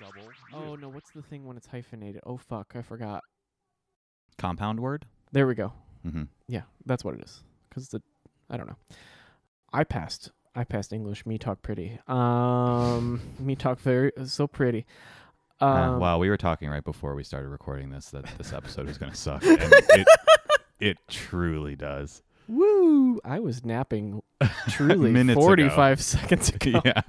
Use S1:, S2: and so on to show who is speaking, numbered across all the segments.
S1: double.
S2: Oh no, what's the thing when it's hyphenated? Oh fuck, I forgot.
S1: Compound word.
S2: There we go.
S1: Mm-hmm.
S2: Yeah, that's what it is. Cause the, I don't know. I passed. I passed English. Me talk pretty. Um, me talk very so pretty. Um,
S1: uh, wow, we were talking right before we started recording this that this episode was going to suck. And it, it truly does.
S2: Woo! I was napping truly
S1: Minutes ago.
S2: 45 seconds ago.
S1: Yeah.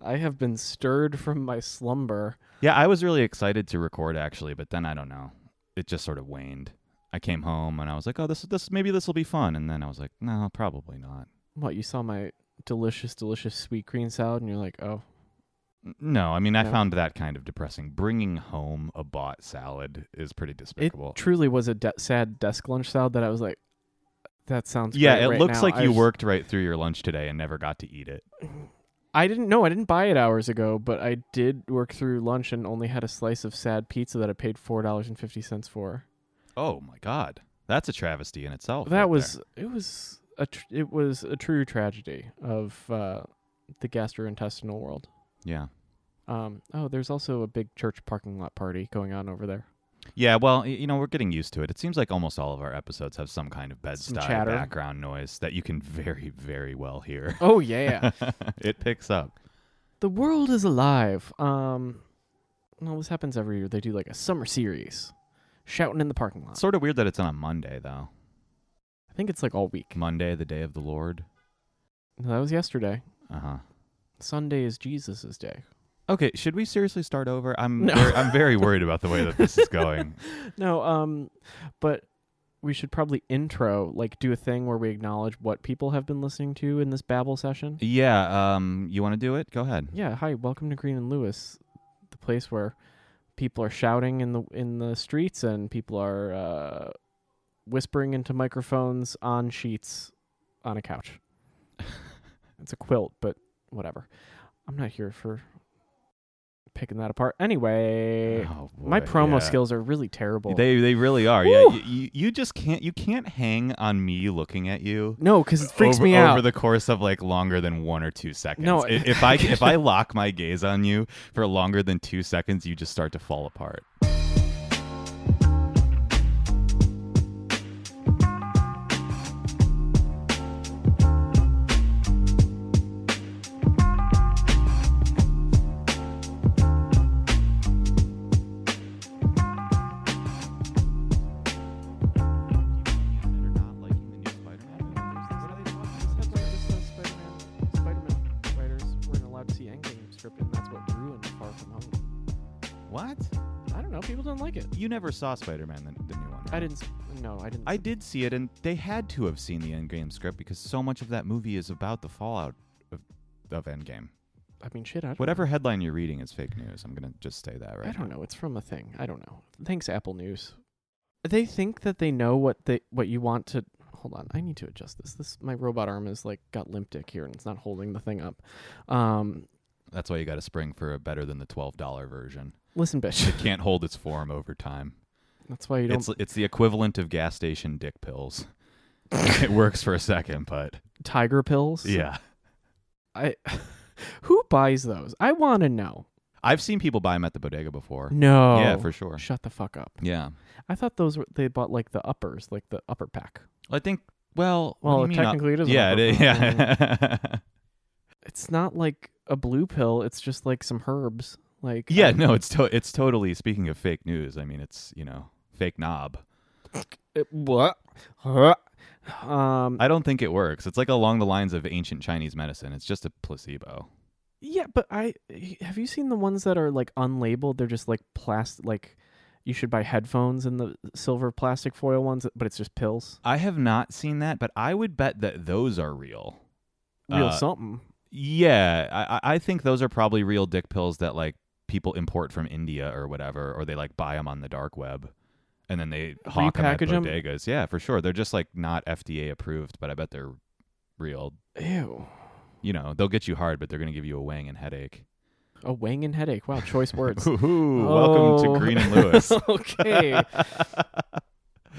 S2: I have been stirred from my slumber.
S1: yeah, I was really excited to record actually, but then I don't know. It just sort of waned. I came home and I was like, "Oh, this this maybe this will be fun." And then I was like, "No, probably not."
S2: What, you saw my delicious, delicious sweet green salad and you're like, oh,
S1: N- No, I mean, I
S2: No.
S1: found that kind of depressing. Bringing home a bought salad is pretty
S2: it
S1: despicable.
S2: truly was a de- sad desk lunch salad that I was like, that sounds
S1: yeah,
S2: great
S1: it
S2: right
S1: looks
S2: now.
S1: like
S2: I
S1: you
S2: was-
S1: worked right through your lunch today and never got to eat it.
S2: I didn't know. I didn't buy it hours ago, but I did work through lunch and only had a slice of sad pizza that I paid four dollars and fifty cents for.
S1: Oh my god. That's a travesty in itself. Oh, right
S2: that was it was a tr- it was a true tragedy of uh, the gastrointestinal world.
S1: there. Yeah.
S2: Um, oh, there's also a big church parking lot party going on over there.
S1: Yeah, well, y- you know, we're getting used to it. It seems like almost all of our episodes have some kind of
S2: Some
S1: bedstyle
S2: chatter.
S1: background noise that you can very, very well hear.
S2: Oh yeah,
S1: it picks up.
S2: the world is alive. Um, well, this happens every year. They do like a summer series, shouting in the parking lot.
S1: It's sort of weird that it's on a Monday, though.
S2: I think it's like all week.
S1: Monday, the day of the Lord.
S2: No, That was yesterday.
S1: Uh huh.
S2: Sunday is Jesus's day.
S1: Okay, should we seriously start over? I'm
S2: No.
S1: ver- I'm very worried about the way that this is going.
S2: No, um, but we should probably intro, like, do a thing where we acknowledge what people have been listening to in this babble session.
S1: Yeah, um, you want to do it? Go ahead.
S2: Yeah, hi, welcome to Green and Lewis, the place where people are shouting in the in the streets and people are uh, whispering into microphones on sheets on a couch. it's a quilt, but whatever. I'm not here for picking that apart. Anyway,
S1: Oh,
S2: my
S1: boy,
S2: promo
S1: yeah.
S2: skills are really terrible.
S1: They they really are. Yeah,
S2: Woo.
S1: you, you you just can't you can't hang on me looking at you.
S2: no, because it freaks
S1: over,
S2: me out.
S1: over the course of like longer than one or two seconds.
S2: No,
S1: I- if I if I lock my gaze on you for longer than two seconds, you just start to fall apart. What?
S2: I don't know. People didn't like it.
S1: You never saw Spider-Man the, the new one.
S2: I
S1: right?
S2: didn't. s- No, I didn't.
S1: I did see it, and they had to have seen the Endgame script because so much of that movie is about the fallout of, of Endgame.
S2: I mean, shit. I don't,
S1: Whatever headline you're reading is fake news. I'm gonna just say that right.
S2: I don't know. It's from a thing. I don't know. Thanks, Apple News. They think that they know what they what you want to. Hold on. I need to adjust this. This my robot arm is like got limp dick here, and it's not holding the thing up. Um,
S1: That's why you got to spring for a better than the twelve dollar version.
S2: listen, bitch.
S1: It can't hold its form over time.
S2: That's why you don't
S1: It's it's the equivalent of gas station dick pills. it works for a second, but
S2: tiger pills.
S1: yeah,
S2: I. who buys those? I want to know.
S1: I've seen people buy them at the bodega before.
S2: No.
S1: Yeah, for sure.
S2: Shut the fuck up.
S1: Yeah,
S2: I thought those were they bought like the uppers, like the upper pack.
S1: I think. Well, what do
S2: Well,
S1: you mean, uh,
S2: technically it is an
S1: Yeah,
S2: upper
S1: it,
S2: pack,
S1: yeah,
S2: It's not like a blue pill. It's just like some herbs. Like
S1: yeah.
S2: I-
S1: No, it's to- it's totally. Speaking of fake news, I mean, it's you know fake knob.
S2: it- what? Huh? Um.
S1: I don't think it works. It's like along the lines of ancient Chinese medicine. It's just a placebo.
S2: yeah, but I have you seen the ones that are like unlabeled? They're just like plastic. Like you should buy headphones in the silver plastic foil ones, but it's just pills.
S1: I have not seen that, but I would bet that those are real.
S2: Real
S1: Uh,
S2: something.
S1: Yeah, I, I I think those are probably real dick pills that like people import from India or whatever, or they like buy them on the dark web, and then they hawk them at
S2: Repackage 'em?
S1: bodegas. Yeah, for sure. They're just like not FDA approved, but I bet they're real.
S2: Ew.
S1: You know, they'll get you hard, but they're gonna give you a wang and headache.
S2: A wang and headache. Wow, choice words.
S1: Ooh, welcome
S2: Oh.
S1: to Green and Lewis.
S2: okay.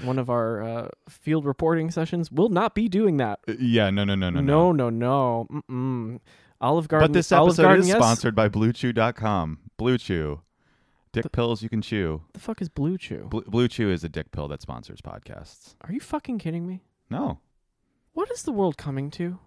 S2: one of our uh, field reporting sessions. We'll not be doing that.
S1: Yeah, no, no, no, no,
S2: No, no, no. Mm-mm. Olive Garden.
S1: But this
S2: Olive
S1: episode
S2: Garden,
S1: is
S2: yes?
S1: sponsored by BlueChew.com. Blue Chew, dick
S2: But-
S1: pills you can chew.
S2: The fuck is Blue Chew?
S1: Blue, Blue Chew is a dick pill that sponsors podcasts.
S2: Are you fucking kidding me?
S1: No,
S2: What is the world coming to?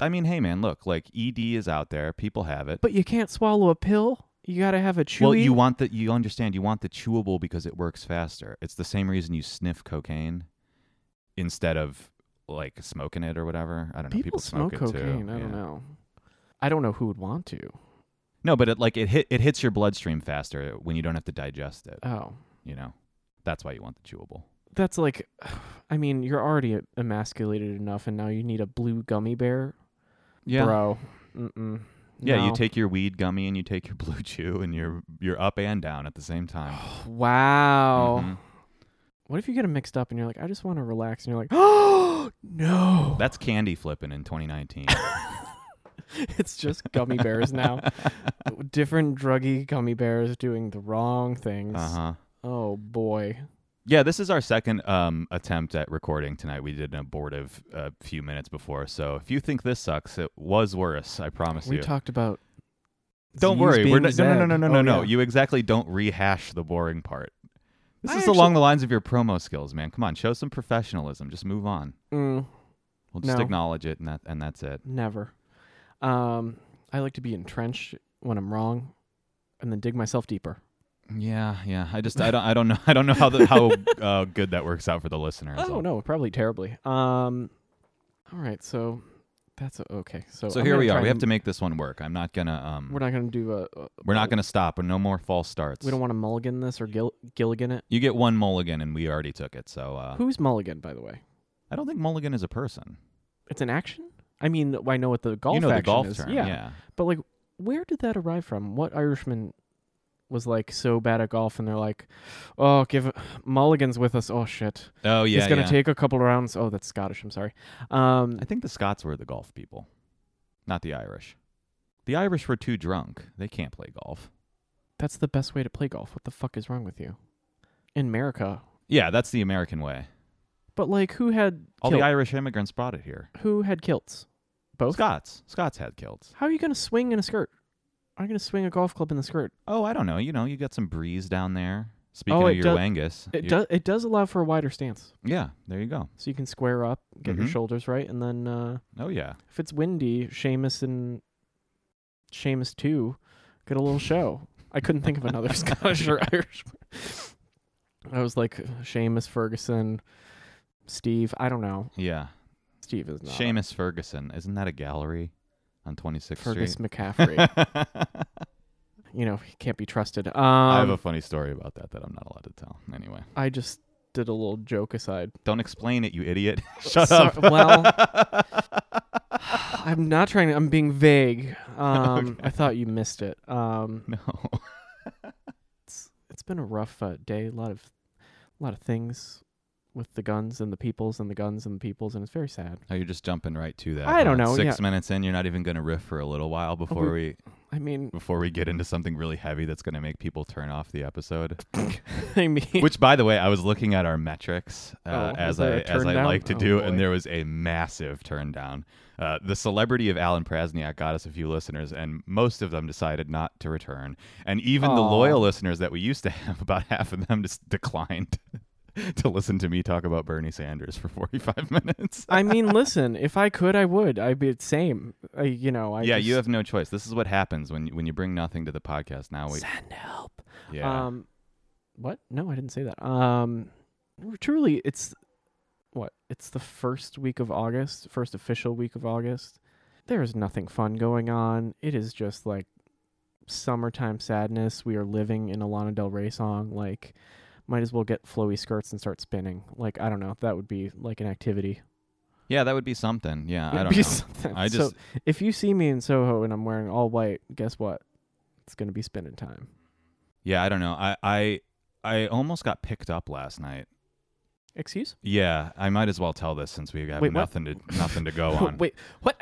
S1: I mean, hey man, look, like ED is out there. People have it.
S2: But you can't swallow a pill. You gotta have a chewy.
S1: well, you want the you understand you want the chewable because it works faster. It's the same reason you sniff cocaine instead of like smoking it or whatever. I don't know.
S2: people,
S1: People
S2: smoke
S1: it
S2: cocaine.
S1: Too.
S2: I
S1: Yeah.
S2: don't know. I don't know who would want to.
S1: No, but it like it hit it hits your bloodstream faster when you don't have to digest it.
S2: Oh,
S1: You know, that's why you want the chewable.
S2: that's like, I mean, you're already emasculated enough, and now you need a blue gummy bear,
S1: Yeah.
S2: bro. Mm-mm.
S1: Yeah, you
S2: No.
S1: take your weed gummy and you take your blue chew and you're you're up and down at the same time.
S2: Wow.
S1: Mhm.
S2: What if you get them mixed up and you're like, I just want to relax, and you're like, oh no,
S1: That's candy flipping in 2019.
S2: it's just gummy bears now. Different druggy gummy bears doing the wrong things.
S1: uh-huh.
S2: Oh boy.
S1: Yeah, this is our second um, attempt at recording tonight. We did an abortive a few minutes before, so if you think this sucks, it was worse. I promise
S2: We
S1: you.
S2: talked about.
S1: don't
S2: Z's
S1: worry. We're
S2: being
S1: not, no, no, no, no,
S2: Zed.
S1: no,
S2: Oh,
S1: no, no.
S2: yeah.
S1: You exactly don't rehash the boring part. This
S2: I
S1: is
S2: actually-
S1: along the lines of your promo skills, man. Come on, show some professionalism. Just move on.
S2: Mm,
S1: We'll just
S2: No.
S1: acknowledge it, and that and that's it.
S2: never. Um, I like to be entrenched when I'm wrong, and then dig myself deeper.
S1: Yeah, yeah. I just I don't I don't know I don't know how the, how uh, good that works out for the listener. is
S2: Oh
S1: all.
S2: no, probably terribly. Um, all right, so that's a, okay. So
S1: So
S2: I'm
S1: here
S2: gonna
S1: we
S2: try
S1: are. We have
S2: and-
S1: to make this one work. I'm not gonna um.
S2: We're not gonna do a. a
S1: we're not gonna stop. And no more false starts.
S2: We don't want to mulligan this or gil- Gilligan it.
S1: You get one mulligan, and we already took it. So uh,
S2: Who's Mulligan, by the way?
S1: I don't think mulligan is a person.
S2: It's an action. I mean, I know what the golf
S1: you know the
S2: action
S1: golf
S2: is.
S1: term,
S2: yeah, But like, where did that arrive from? What Irishman was like so bad at golf, and they're like, "Oh, give Mulligan's with us. Oh shit,
S1: Oh yeah,
S2: he's gonna
S1: yeah.
S2: take a couple rounds." Oh, that's Scottish. I'm sorry. Um,
S1: I think the Scots were the golf people, not the Irish. The Irish were too drunk. They can't play golf.
S2: that's the best way to play golf. What the fuck is wrong with you? In America,
S1: Yeah, that's the American way.
S2: but like, who had
S1: All
S2: kilt-
S1: the Irish immigrants brought it here.
S2: who had kilts? Both.
S1: Scots. Scots had kilts.
S2: How are you gonna swing in a skirt? I'm gonna swing a golf club in the skirt.
S1: Oh, I don't know. You know, you got some breeze down there. Speaking
S2: Oh,
S1: of
S2: it
S1: your
S2: does-
S1: Wangus.
S2: It
S1: you-
S2: does. It does allow for a wider stance,
S1: Yeah, there you go.
S2: so you can square up, get your
S1: Mhm.
S2: shoulders right, and then. Uh,
S1: Oh yeah.
S2: if it's windy, Seamus and Seamus two get a little show. I couldn't think of another Scottish or Irish. I was like Seamus Ferguson, Steve. I don't know.
S1: Yeah.
S2: Steve is not
S1: Seamus Ferguson. Isn't that a gallery on 26th
S2: Fergus
S1: Street?
S2: McCaffrey. you know he can't be trusted. Um,
S1: I
S2: I,
S1: have a funny story about that that I'm not allowed to tell. Anyway,
S2: just did a little joke aside.
S1: don't explain it, you idiot. Shut
S2: So-
S1: up.
S2: well, I'm not trying to. I'm being vague. Um, I thought you missed it. Um,
S1: No.
S2: it's it's been a rough uh, day. A lot of a lot of things with the guns and the peoples and the guns and the peoples, and it's very sad.
S1: Oh, you're just jumping right to that.
S2: I don't
S1: huh?
S2: know,
S1: Six minutes in, you're not even going to riff for a little while before we
S2: I mean,
S1: before we get into something really heavy that's going to make people turn off the episode.
S2: I mean,
S1: Which, by the way, I was looking at our metrics uh,
S2: Oh, was
S1: as I
S2: there a
S1: as
S2: turn
S1: I
S2: down?
S1: like to
S2: Oh,
S1: do,
S2: boy.
S1: and there was a massive turn down. Uh, the celebrity of Alan Prasniak got us a few listeners, and most of them decided not to return. And even the
S2: Aw.
S1: loyal listeners that we used to have, about half of them just declined to listen to me talk about Bernie Sanders for 45 minutes.
S2: I mean, listen, if I could, I would. I'd be the same. I, you know, I
S1: yeah, you
S2: just-
S1: have no choice. This is what happens when when you bring nothing to the podcast. Now we,
S2: send help.
S1: yeah,
S2: Um, what? No, I didn't say that. Um, truly, it's what? It's the first week of August, first official week of August. There is nothing fun going on. It is just like summertime sadness. We are living in a Lana Del Rey song. Like, might as well get flowy skirts and start spinning. Like, I don't know. That would be like an activity.
S1: yeah, that would be something. Yeah, I
S2: It'd
S1: don't
S2: be
S1: know.
S2: something.
S1: I
S2: So,
S1: just
S2: if you see me in Soho and I'm wearing all white, guess what? It's gonna be spinning time.
S1: Yeah, I don't know. I I I almost got picked up last night.
S2: Excuse?
S1: Yeah, I might as well tell this since we have
S2: Wait, what?
S1: nothing to nothing to go on.
S2: Wait, what?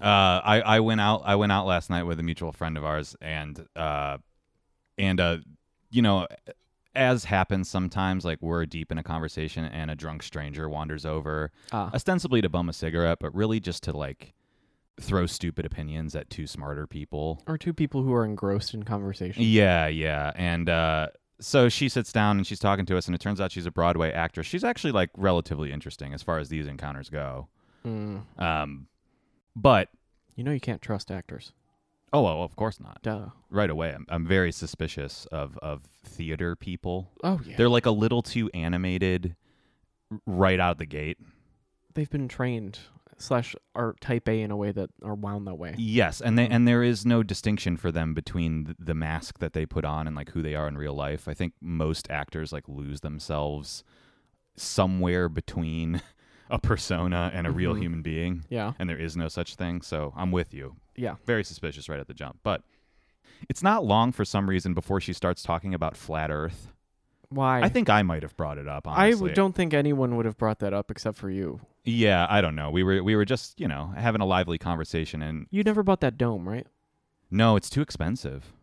S1: Uh, I I went out I went out last night with a mutual friend of ours and uh and uh you know as happens sometimes, like we're deep in a conversation and a drunk stranger wanders over,
S2: Ah,
S1: ostensibly to bum a cigarette, but really just to like throw stupid opinions at two smarter people.
S2: or two people who are engrossed in conversation.
S1: Yeah, yeah. And uh, so she sits down and she's talking to us, and it turns out she's a Broadway actress. She's actually like relatively interesting as far as these encounters go.
S2: Mm.
S1: Um, but
S2: You know you can't trust actors.
S1: oh, well, of course not.
S2: Duh.
S1: Right away, I'm, I'm very suspicious of of theater people.
S2: Oh yeah.
S1: They're like a little too animated r- right out of the gate.
S2: They've been trained slash are type A in a way that are wound that way.
S1: Yes, and they and there is no distinction for them between th- the mask that they put on and like who they are in real life. I think most actors like lose themselves somewhere between a persona and a real
S2: Mhm.
S1: human being,
S2: Yeah.
S1: and there is no such thing. So I'm with you.
S2: Yeah.
S1: Very suspicious right at the jump, but it's not long for some reason before she starts talking about flat Earth.
S2: Why?
S1: I, think I might have brought it up.
S2: I
S1: Honestly.
S2: w- don't think anyone would have brought that up except for you.
S1: Yeah, I don't know. We were we were just you know having a lively conversation, and
S2: You never bought that dome, right?
S1: no, it's too expensive.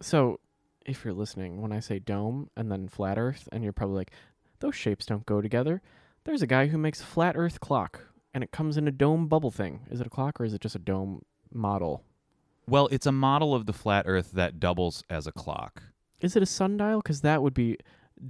S2: So, if you're listening, when I say dome and then flat Earth, and you're probably like, those shapes don't go together. There's a guy who makes a flat Earth clock, and it comes in a dome bubble thing. Is it a clock or is it just a dome model?
S1: Well, it's a model of the flat Earth that doubles as a clock.
S2: Is it a sundial? Because that would be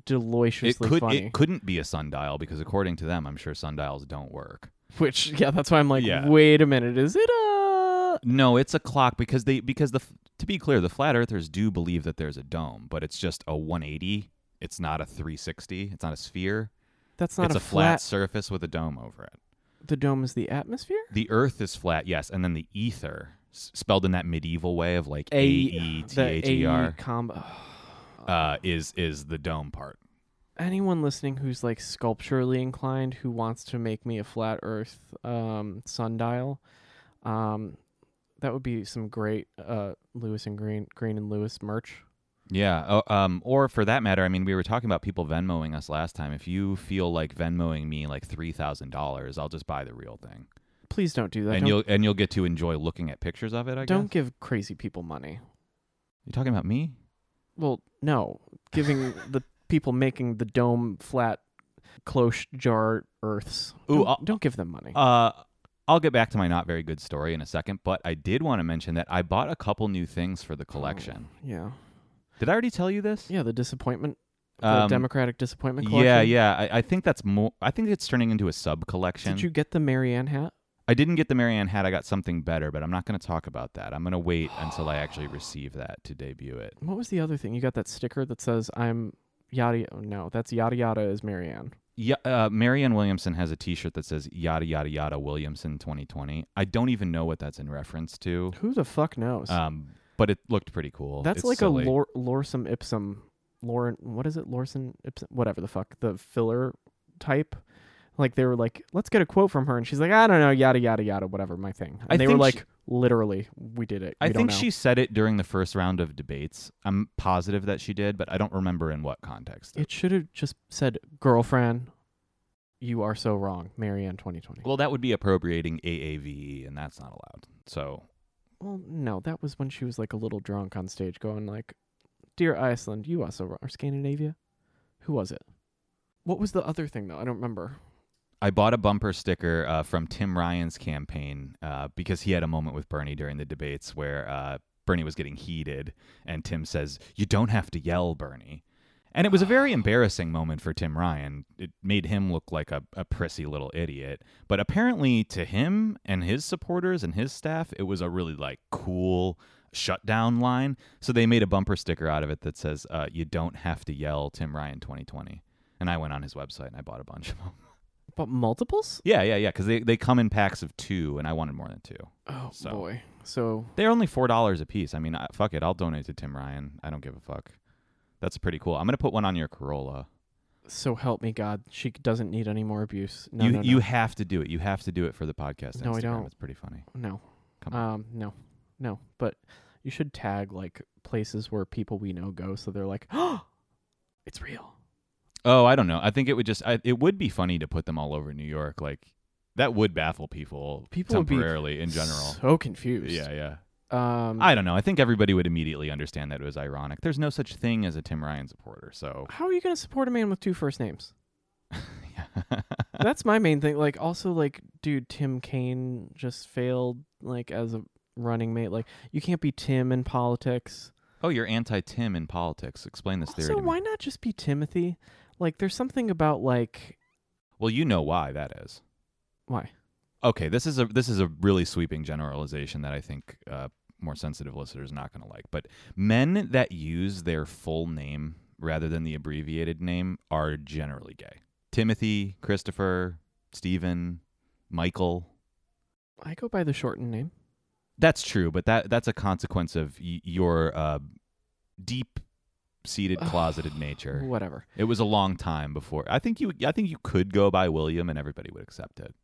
S2: deliciously
S1: it could
S2: funny.
S1: it couldn't be a sundial because according to them, I'm sure sundials don't work.
S2: Which, yeah, that's why I'm like,
S1: Yeah.
S2: wait a minute, is it a?
S1: No, it's a clock because they because the f- to be clear, the flat earthers do believe that there's a dome, but it's just a 180. It's not a 360. It's not a sphere.
S2: That's not
S1: it's
S2: a,
S1: a flat surface with a dome over it.
S2: The dome is the atmosphere.
S1: The Earth is flat, yes, and then the ether s- spelled in that medieval way of like A E T
S2: the
S1: H E
S2: AE
S1: R
S2: combo.
S1: uh, is is the dome part.
S2: anyone listening who's like sculpturally inclined who wants to make me a flat earth um, sundial um, that would be some great uh, lewis and green green and lewis merch
S1: Yeah. Oh, um, or for that matter, I mean, we were talking about people Venmoing us last time. If you feel like Venmoing me like three thousand dollars, I'll just buy the real thing,
S2: please don't do that
S1: and
S2: don't,
S1: you'll and you'll get to enjoy looking at pictures of it. I
S2: don't
S1: guess.
S2: give crazy people money
S1: You're talking about me?
S2: well no giving the people making the dome flat cloche jar earths
S1: Ooh,
S2: don't,
S1: I'll-
S2: don't give them money
S1: Uh, I'll get back to my not very good story in a second, but I did want to mention that I bought a couple new things for the collection.
S2: yeah
S1: Did I already tell you this?
S2: Oh. yeah the disappointment the
S1: Um,
S2: democratic disappointment collection
S1: Yeah, yeah. I, I think that's more. I think it's turning into a sub collection.
S2: did you get the marianne hat
S1: I didn't get the Marianne hat. I got something better, but I'm not going to talk about that. I'm going to wait until I actually receive that to debut it.
S2: What was the other thing? You got that sticker that says I'm yada. Oh, no, that's yada yada is Marianne.
S1: Yeah, uh, Marianne Williamson has a T-shirt that says "Yada Yada Yada Williamson 2020." I don't even know what that's in reference to,
S2: Who the fuck knows?
S1: um, but it looked pretty cool.
S2: that's
S1: It's
S2: like
S1: silly.
S2: a lor- lorsum ipsum, Lauren. What is it? Lorson ipsum, whatever the fuck the filler type. Like they were like, let's get a quote from her, and she's like, I don't know, yada yada yada, whatever, my thing. And
S1: I
S2: they were
S1: think
S2: like,
S1: she-
S2: literally, we did it.
S1: I
S2: We don't
S1: think
S2: know."
S1: she said it during the first round of debates. I'm positive that she did, but I don't remember in what context.
S2: It should have just said, girlfriend, you are so wrong, Marianne, 2020. Well,
S1: well, that would be appropriating AAVE, E, and that's not allowed. So
S2: no, that was when she was like a little drunk on stage, going like, "Dear Iceland, you are so wrong." Or Scandinavia, who was it? What was the other thing though? I don't remember.
S1: I bought a bumper sticker uh, from Tim Ryan's campaign uh, because he had a moment with Bernie during the debates where uh, Bernie was getting heated, and Tim says, "You don't have to yell, Bernie." And it was a very embarrassing moment for Tim Ryan. It made him look like a, a prissy little idiot. But apparently, to him and his supporters and his staff, it was a really like cool shutdown line. So they made a bumper sticker out of it that says, uh, "You don't have to yell, Tim Ryan 2020." And I went on his website and I bought a bunch of them.
S2: But multiples?
S1: Yeah, yeah, yeah. Because they, they come in packs of two, and I wanted more than two.
S2: Oh
S1: So-
S2: boy. So
S1: They're only four dollars a piece. I mean, I, fuck it. I'll donate to Tim Ryan. I don't give a fuck. That's pretty cool. I'm gonna put one on your Corolla.
S2: so help me God, she doesn't need any more abuse. No,
S1: you
S2: no, no.
S1: you have to do it. You have to do it for the podcast.
S2: No, I
S1: Instagram.
S2: don't.
S1: It's pretty funny.
S2: no.
S1: Come on.
S2: Um, no, no. But you should tag like places where people we know go, so they're like, oh, it's real.
S1: Oh, I don't know. I think it would just. I, it would be funny to put them all over New York. Like that would baffle people.
S2: People would be
S1: temporarily in general.
S2: So confused.
S1: yeah, yeah.
S2: Um,
S1: I don't know. I think everybody would immediately understand that it was ironic. There's no such thing as a Tim Ryan supporter, so
S2: how are you going to support a man with two first names?
S1: yeah.
S2: That's my main thing. Like, also, like, dude, Tim Kaine just failed, like, as a running mate. Like, you can't be Tim in politics.
S1: oh, you're anti-Tim in politics. Explain this theory.
S2: also,
S1: to me.
S2: why not just be Timothy? Like, there's something about like
S1: Well, you know why that is.
S2: why?
S1: Okay, this is a this is a really sweeping generalization that I think uh, more sensitive listeners are not going to like. But men that use their full name rather than the abbreviated name are generally gay. Timothy, Christopher, Stephen, Michael.
S2: I go by the shortened name.
S1: That's true, but that that's a consequence of y- your uh, deep seated closeted nature.
S2: Whatever.
S1: It was a long time before. I think you I think you could go by William and everybody would accept it.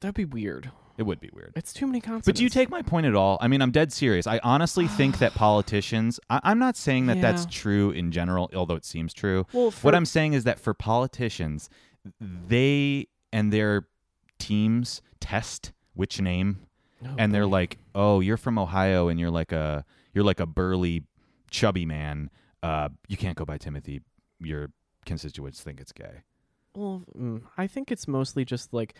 S2: That'd be weird.
S1: It would be weird.
S2: It's too many consonants.
S1: But do you take my point at all? I mean, I'm dead serious. I honestly think that politicians, I, I'm not saying that that's
S2: Yeah.
S1: true in general, although it seems true.
S2: well, for,
S1: What I'm saying is that for politicians, they and their teams test which name,
S2: Oh,
S1: and they're
S2: boy.
S1: like, "Oh, you're from Ohio, and you're like a you're like a burly, chubby man. Uh, you can't go by Timothy. Your constituents think it's gay."
S2: Well, mm, I think it's mostly just like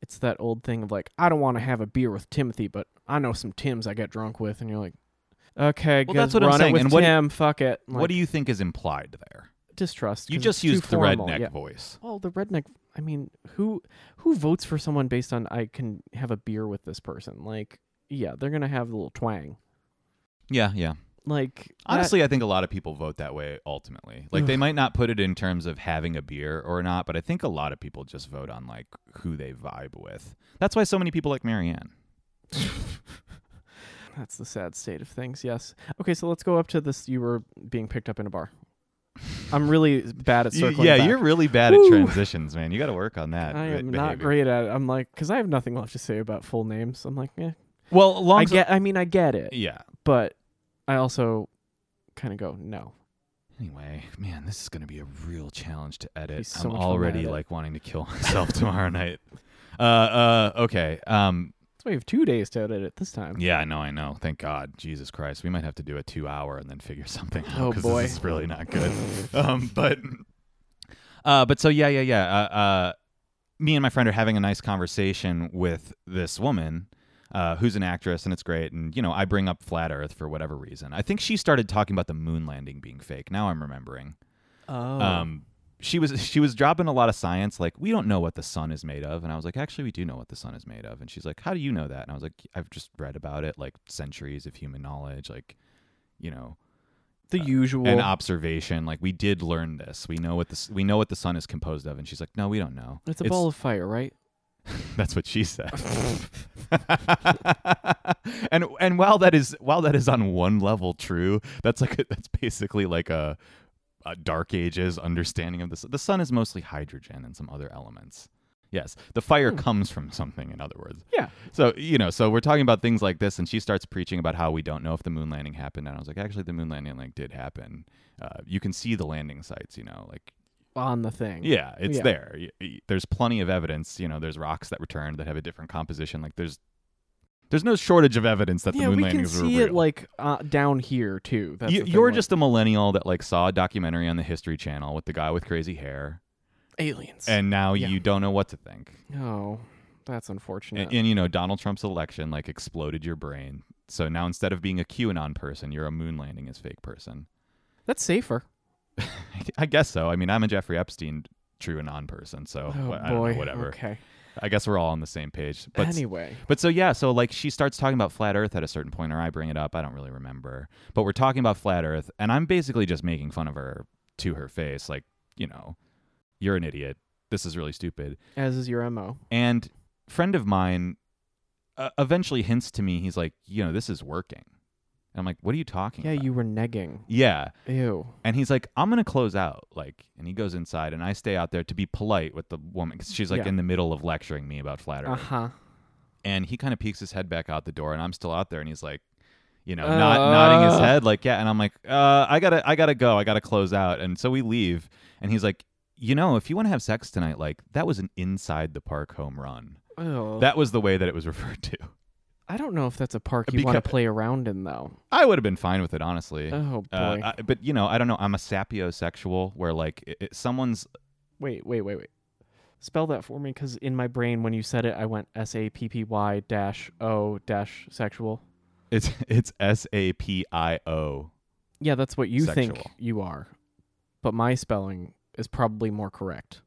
S2: it's that old thing of like I don't want to have a beer with Timothy, but I know some Tims I get drunk with, and you're like, okay,
S1: Well,
S2: guys,
S1: that's what I'm
S2: run it
S1: saying,
S2: with
S1: and what do-
S2: Tim, fuck it.
S1: what do you think is implied there?
S2: distrust?
S1: You
S2: 'cause it's
S1: just
S2: too
S1: used the
S2: formal,
S1: redneck
S2: yeah.
S1: voice.
S2: Well, the redneck. I mean, who who votes for someone based on I can have a beer with this person? Like, yeah, they're gonna have a little twang.
S1: Yeah, yeah.
S2: Like, that-
S1: Honestly, I think a lot of people vote that way ultimately. Like they might not put it in terms of having a beer or not, but I think a lot of people just vote on like who they vibe with. That's why so many people like Marianne.
S2: that's the sad state of things. Yes. Okay, so let's go up to this. You were being picked up in a bar. I'm really bad at
S1: You-
S2: circling.
S1: yeah,
S2: back.
S1: you're really bad at
S2: Woo.
S1: transitions, man. You got to work on that.
S2: I
S1: be-
S2: am not
S1: behavior.
S2: great at it. I'm like, because I have nothing left to say about full names. I'm like, eh.
S1: Well, long
S2: I get. I mean, I get it,
S1: yeah.
S2: but I also kind of go no.
S1: Anyway, man, this is going to be a real challenge to edit.
S2: He's so
S1: I'm
S2: much fun to
S1: already
S2: edit.
S1: like wanting to kill myself tomorrow night. Uh, uh, okay. Um,
S2: So we have two days to edit it this time.
S1: Yeah, I know, I know. Thank God, Jesus Christ, we might have to do a two-hour and then figure something out
S2: Oh,
S1: because
S2: boy.
S1: this is really not good. um, but, uh, but so yeah, yeah, yeah. Uh, uh, me and my friend are having a nice conversation with this woman, uh, who's an actress, and it's great. And you know, I bring up flat Earth for whatever reason. I think she started talking about the moon landing being fake. Now I'm remembering.
S2: Oh.
S1: Um, she was she was dropping a lot of science like we don't know what the sun is made of and i was like actually we do know what the sun is made of and she's like how do you know that and i was like i've just read about it like centuries of human knowledge like you know
S2: the
S1: uh,
S2: usual.
S1: an observation like we did learn this we know what the s- we know what the sun is composed of and she's like no we don't know
S2: it's a ball of fire, right?
S1: that's what she said and and while that is while that is on one level true, that's like a, that's basically like a, a dark ages understanding of the sun. The sun is mostly hydrogen and some other elements. Yes, the fire
S2: Hmm.
S1: comes from something. In other words,
S2: Yeah.
S1: so you know, so we're talking about things like this, and she starts preaching about how we don't know if the moon landing happened. And I was like, actually, the moon landing like did happen. Uh, you can see the landing sites. You know, like
S2: On the thing.
S1: yeah, it's
S2: Yeah.
S1: there. Y- y- There's plenty of evidence. You know, there's rocks that returned that have a different composition. Like there's there's no shortage of evidence that
S2: Yeah,
S1: the moon
S2: we can
S1: landings were
S2: see
S1: real.
S2: it like uh, down here too. That's
S1: you,
S2: the thing,
S1: you're
S2: like,
S1: just a millennial that like saw a documentary on the History Channel with the guy with crazy hair,
S2: aliens.
S1: and now
S2: Yeah.
S1: you don't know what to think.
S2: oh, that's unfortunate.
S1: And, and you know, Donald Trump's election like exploded your brain. So now instead of being a QAnon person, you're a moon landing is fake person.
S2: that's safer.
S1: I guess so. I mean, I'm a Jeffrey Epstein true anon person, so
S2: oh
S1: wha- I don't
S2: boy.
S1: know, whatever.
S2: Okay.
S1: I guess we're all on the same page. But
S2: anyway.
S1: But so yeah, so like she starts talking about flat Earth at a certain point, or I bring it up. I don't really remember, but we're talking about flat Earth, and I'm basically just making fun of her to her face, like you know, you're an idiot. This is really stupid.
S2: As is your mo.
S1: And friend of mine uh, eventually hints to me, he's like, you know, this is working. And I'm like, what are you talking?
S2: Yeah,
S1: about?
S2: you were negging.
S1: Yeah,
S2: Ew.
S1: and he's like, I'm gonna close out, like, and he goes inside, and I stay out there to be polite with the woman 'cause she's like
S2: Yeah.
S1: in the middle of lecturing me about flat Earth
S2: Uh huh.
S1: and he kind of peeks his head back out the door and i'm still out there and he's like you know not nodding his
S2: Uh.
S1: head like yeah and i'm like uh i gotta i gotta go i gotta close out and so we leave and he's like you know if you want to have sex tonight like that was an inside the park home run
S2: Oh.
S1: that was the way that it was referred to
S2: I don't know if that's a park you want to
S1: Because-
S2: play around in though.
S1: I would have been fine with it, honestly.
S2: Oh boy.
S1: Uh, I- but you know, I don't know. I'm a sapiosexual, where like i it, someone's
S2: wait, wait, wait, wait. Spell that for me cuz in my brain when you said it I went S A P P Y dash O dash sexual.
S1: it's it's S A P I O.
S2: Yeah, that's what you think
S1: Sexual.
S2: you are. But my spelling is probably more correct.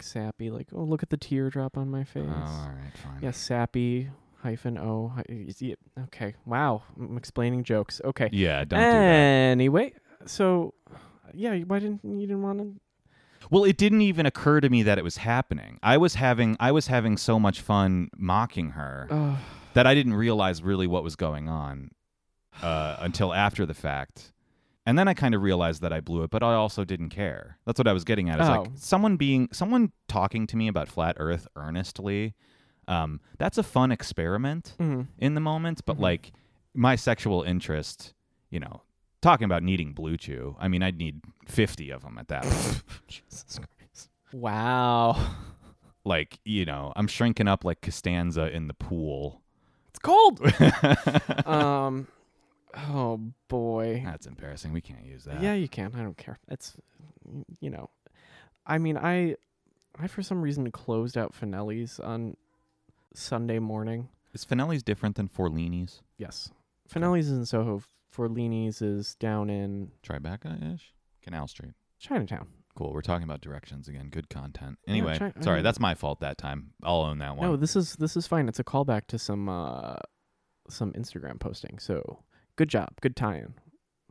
S2: Sappy like, "Oh, look at the teardrop on my
S1: Oh,
S2: face."
S1: all right, fine.
S2: Yeah, sappy hyphen O. hy- is it- Okay. Wow. I'm explaining jokes. Okay.
S1: Yeah,
S2: Eh,
S1: don't do that.
S2: anyway, so yeah, why didn't you didn't want to?
S1: Well, it didn't even occur to me that it was happening. I was having I was having so much fun mocking her
S2: Oh,
S1: that I didn't realize really what was going on uh, until after the fact. And then I kind of realized that I blew it, but I also didn't care. That's what I was getting at. Is like
S2: Oh.
S1: someone being someone talking to me about flat Earth earnestly. Um, that's a fun experiment
S2: mhm.
S1: in the moment, but
S2: Mhm.
S1: like my sexual interest, you know, talking about needing blue chew. I mean, I'd need fifty of them at that point.
S2: Jesus Christ. Wow,
S1: like you know i'm shrinking up like costanza in the pool
S2: it's cold. um, oh boy.
S1: that's embarrassing we can't use that
S2: Yeah, you can. I don't care. It's you know, I mean, I I for some reason closed out Finelli's on Sunday morning.
S1: is finelli's different than forlini's
S2: Yes, Finelli's is in Soho. Forlini's is down in
S1: tribeca ish canal street
S2: Chinatown.
S1: cool we're talking about directions again good content anyway
S2: try- I
S1: sorry
S2: know.
S1: that's my fault that time i'll own that one
S2: No, this is this is fine. It's a callback to some uh some Instagram posting. So good job, good tie-in.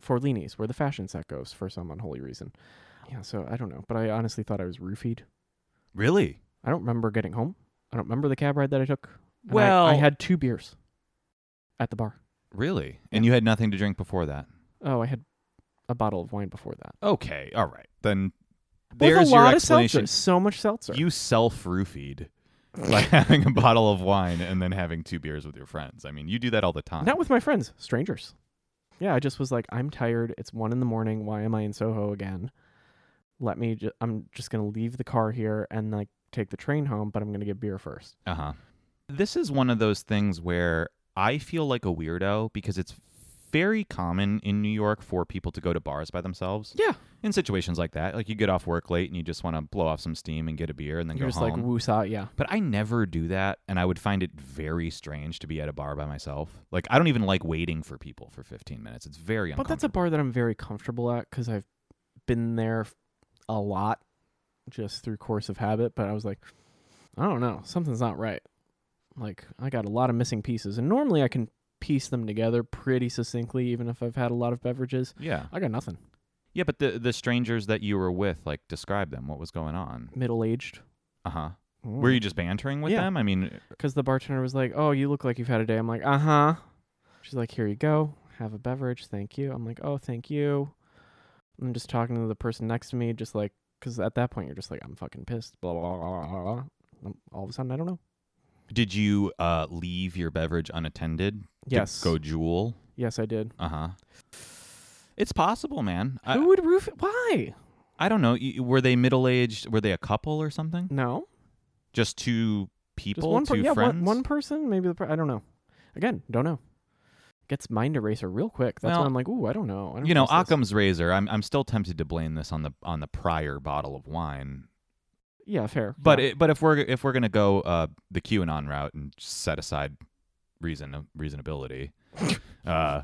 S2: Forlini's, where the fashion set goes for some unholy reason. Yeah, so I don't know, but I honestly thought I was roofied.
S1: really
S2: I don't remember getting home. I don't remember the cab ride that I took. and I-
S1: Well-
S2: I, had two beers at the bar.
S1: really and you had nothing to drink before that
S2: Oh, I had a bottle of wine before that.
S1: okay all right then
S2: With
S1: there's
S2: a lot
S1: your
S2: of
S1: explanation
S2: seltzer. So much seltzer.
S1: you self roofied by having a bottle of wine and then having two beers with your friends i mean you do that all the time
S2: Not with my friends, strangers. Yeah, I just was like, I'm tired. It's one in the morning. Why am I in Soho again? Let me. Ju- I'm just gonna leave the car here and like take the train home. But I'm gonna get beer first.
S1: Uh huh. This is one of those things where I feel like a weirdo because it's very common in New York for people to go to bars by themselves.
S2: Yeah.
S1: In situations like that, like you get off work late and you just want to blow off some steam and get a beer and then
S2: You're
S1: go
S2: just
S1: home.
S2: like woosah. Yeah.
S1: but I never do that, and I would find it very strange to be at a bar by myself. Like I don't even like waiting for people for 15 minutes. It's very
S2: But that's a
S1: uncomfortable.
S2: bar that I'm very comfortable at because I've been there f- a lot, just through course of habit. But I was like, I don't know, something's not right. Like I got a lot of missing pieces, and normally I can piece them together pretty succinctly, even if I've had a lot of beverages.
S1: yeah,
S2: I got nothing.
S1: yeah. But the the strangers that you were with, like, describe them. What was going on?
S2: Middle aged.
S1: Uh huh. Were you just bantering with
S2: Yeah.
S1: them? I mean,
S2: Because the bartender was like, "Oh, you look like you've had a day." I'm like, "Uh huh." She's like, "Here you go. Have a beverage. Thank you." I'm like, "Oh, thank you." I'm just talking to the person next to me, just like, because at that point you're just like, "I'm fucking pissed." Blah blah blah blah. blah. Um, all of a sudden, I don't know.
S1: Did you uh, leave your beverage unattended? to
S2: Yes.
S1: go jewel.
S2: Yes, I did.
S1: Uh huh. It's possible, man.
S2: Who
S1: I,
S2: would roof? Why?
S1: I don't know. Y- Were they middle aged? Were they a couple or something?
S2: No.
S1: Just two people,
S2: Just one
S1: two
S2: person. Yeah,
S1: friends.
S2: one, one person. Maybe the. Per- I don't know. Again, don't know. Gets mind eraser real quick. That's
S1: Well,
S2: why I'm like, ooh, I don't know. I don't
S1: you know,
S2: trust this."
S1: Occam's razor. I'm I'm still tempted to blame this on the on the prior bottle of wine.
S2: Yeah, fair.
S1: But
S2: yeah.
S1: it, but if we're if we're gonna go uh, the QAnon route and set aside reason reasonability, uh,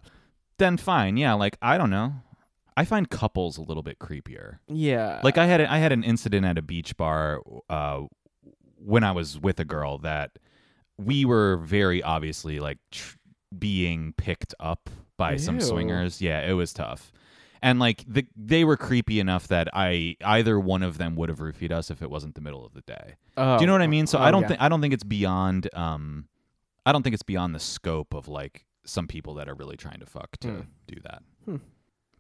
S1: then fine. Yeah, like I don't know. I find couples a little bit creepier.
S2: yeah,
S1: like I had I had an incident at a beach bar uh, when I was with a girl that we were very obviously like tr- being picked up by some
S2: Ew.
S1: swingers. Yeah, it was tough. And like the, they were creepy enough that I either one of them would have roofied us if it wasn't the middle of the day. Do you
S2: Oh.
S1: know what I mean? So I don't think I don't think it's beyond um I don't think it's beyond the scope of like some people that are really trying to fuck to
S2: Hmm.
S1: do that.
S2: Hmm.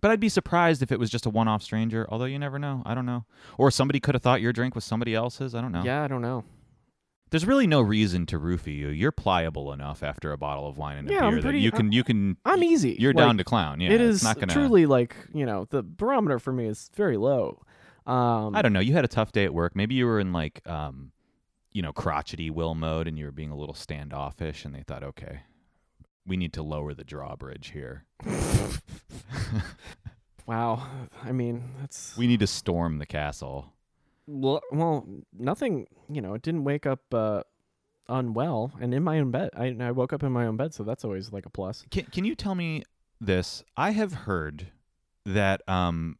S1: But I'd be surprised if it was just a one-off stranger, although you never know. I don't know. Or somebody could have thought your drink was somebody else's. I don't know.
S2: Yeah, I don't know.
S1: There's really no reason to roofie you. You're pliable enough after a bottle of wine and a
S2: Yeah, I'm
S1: beer
S2: pretty-
S1: that you can you can
S2: I'm easy.
S1: you're
S2: Like,
S1: down to clown. Yeah.
S2: it
S1: it's
S2: is
S1: not gonna,
S2: truly like you know the barometer for me is very low. Um,
S1: I don't know. You had a tough day at work. Maybe you were in like um you know, crotchety will mode and you were being a little standoffish and they thought, okay, we need to lower the drawbridge here.
S2: Wow. I mean, that's
S1: we need to storm the castle.
S2: well, well, nothing, you know, it didn't wake up uh unwell and in my own bed. I I woke up in my own bed, so that's always like a plus.
S1: Can Can you tell me this? I have heard that um,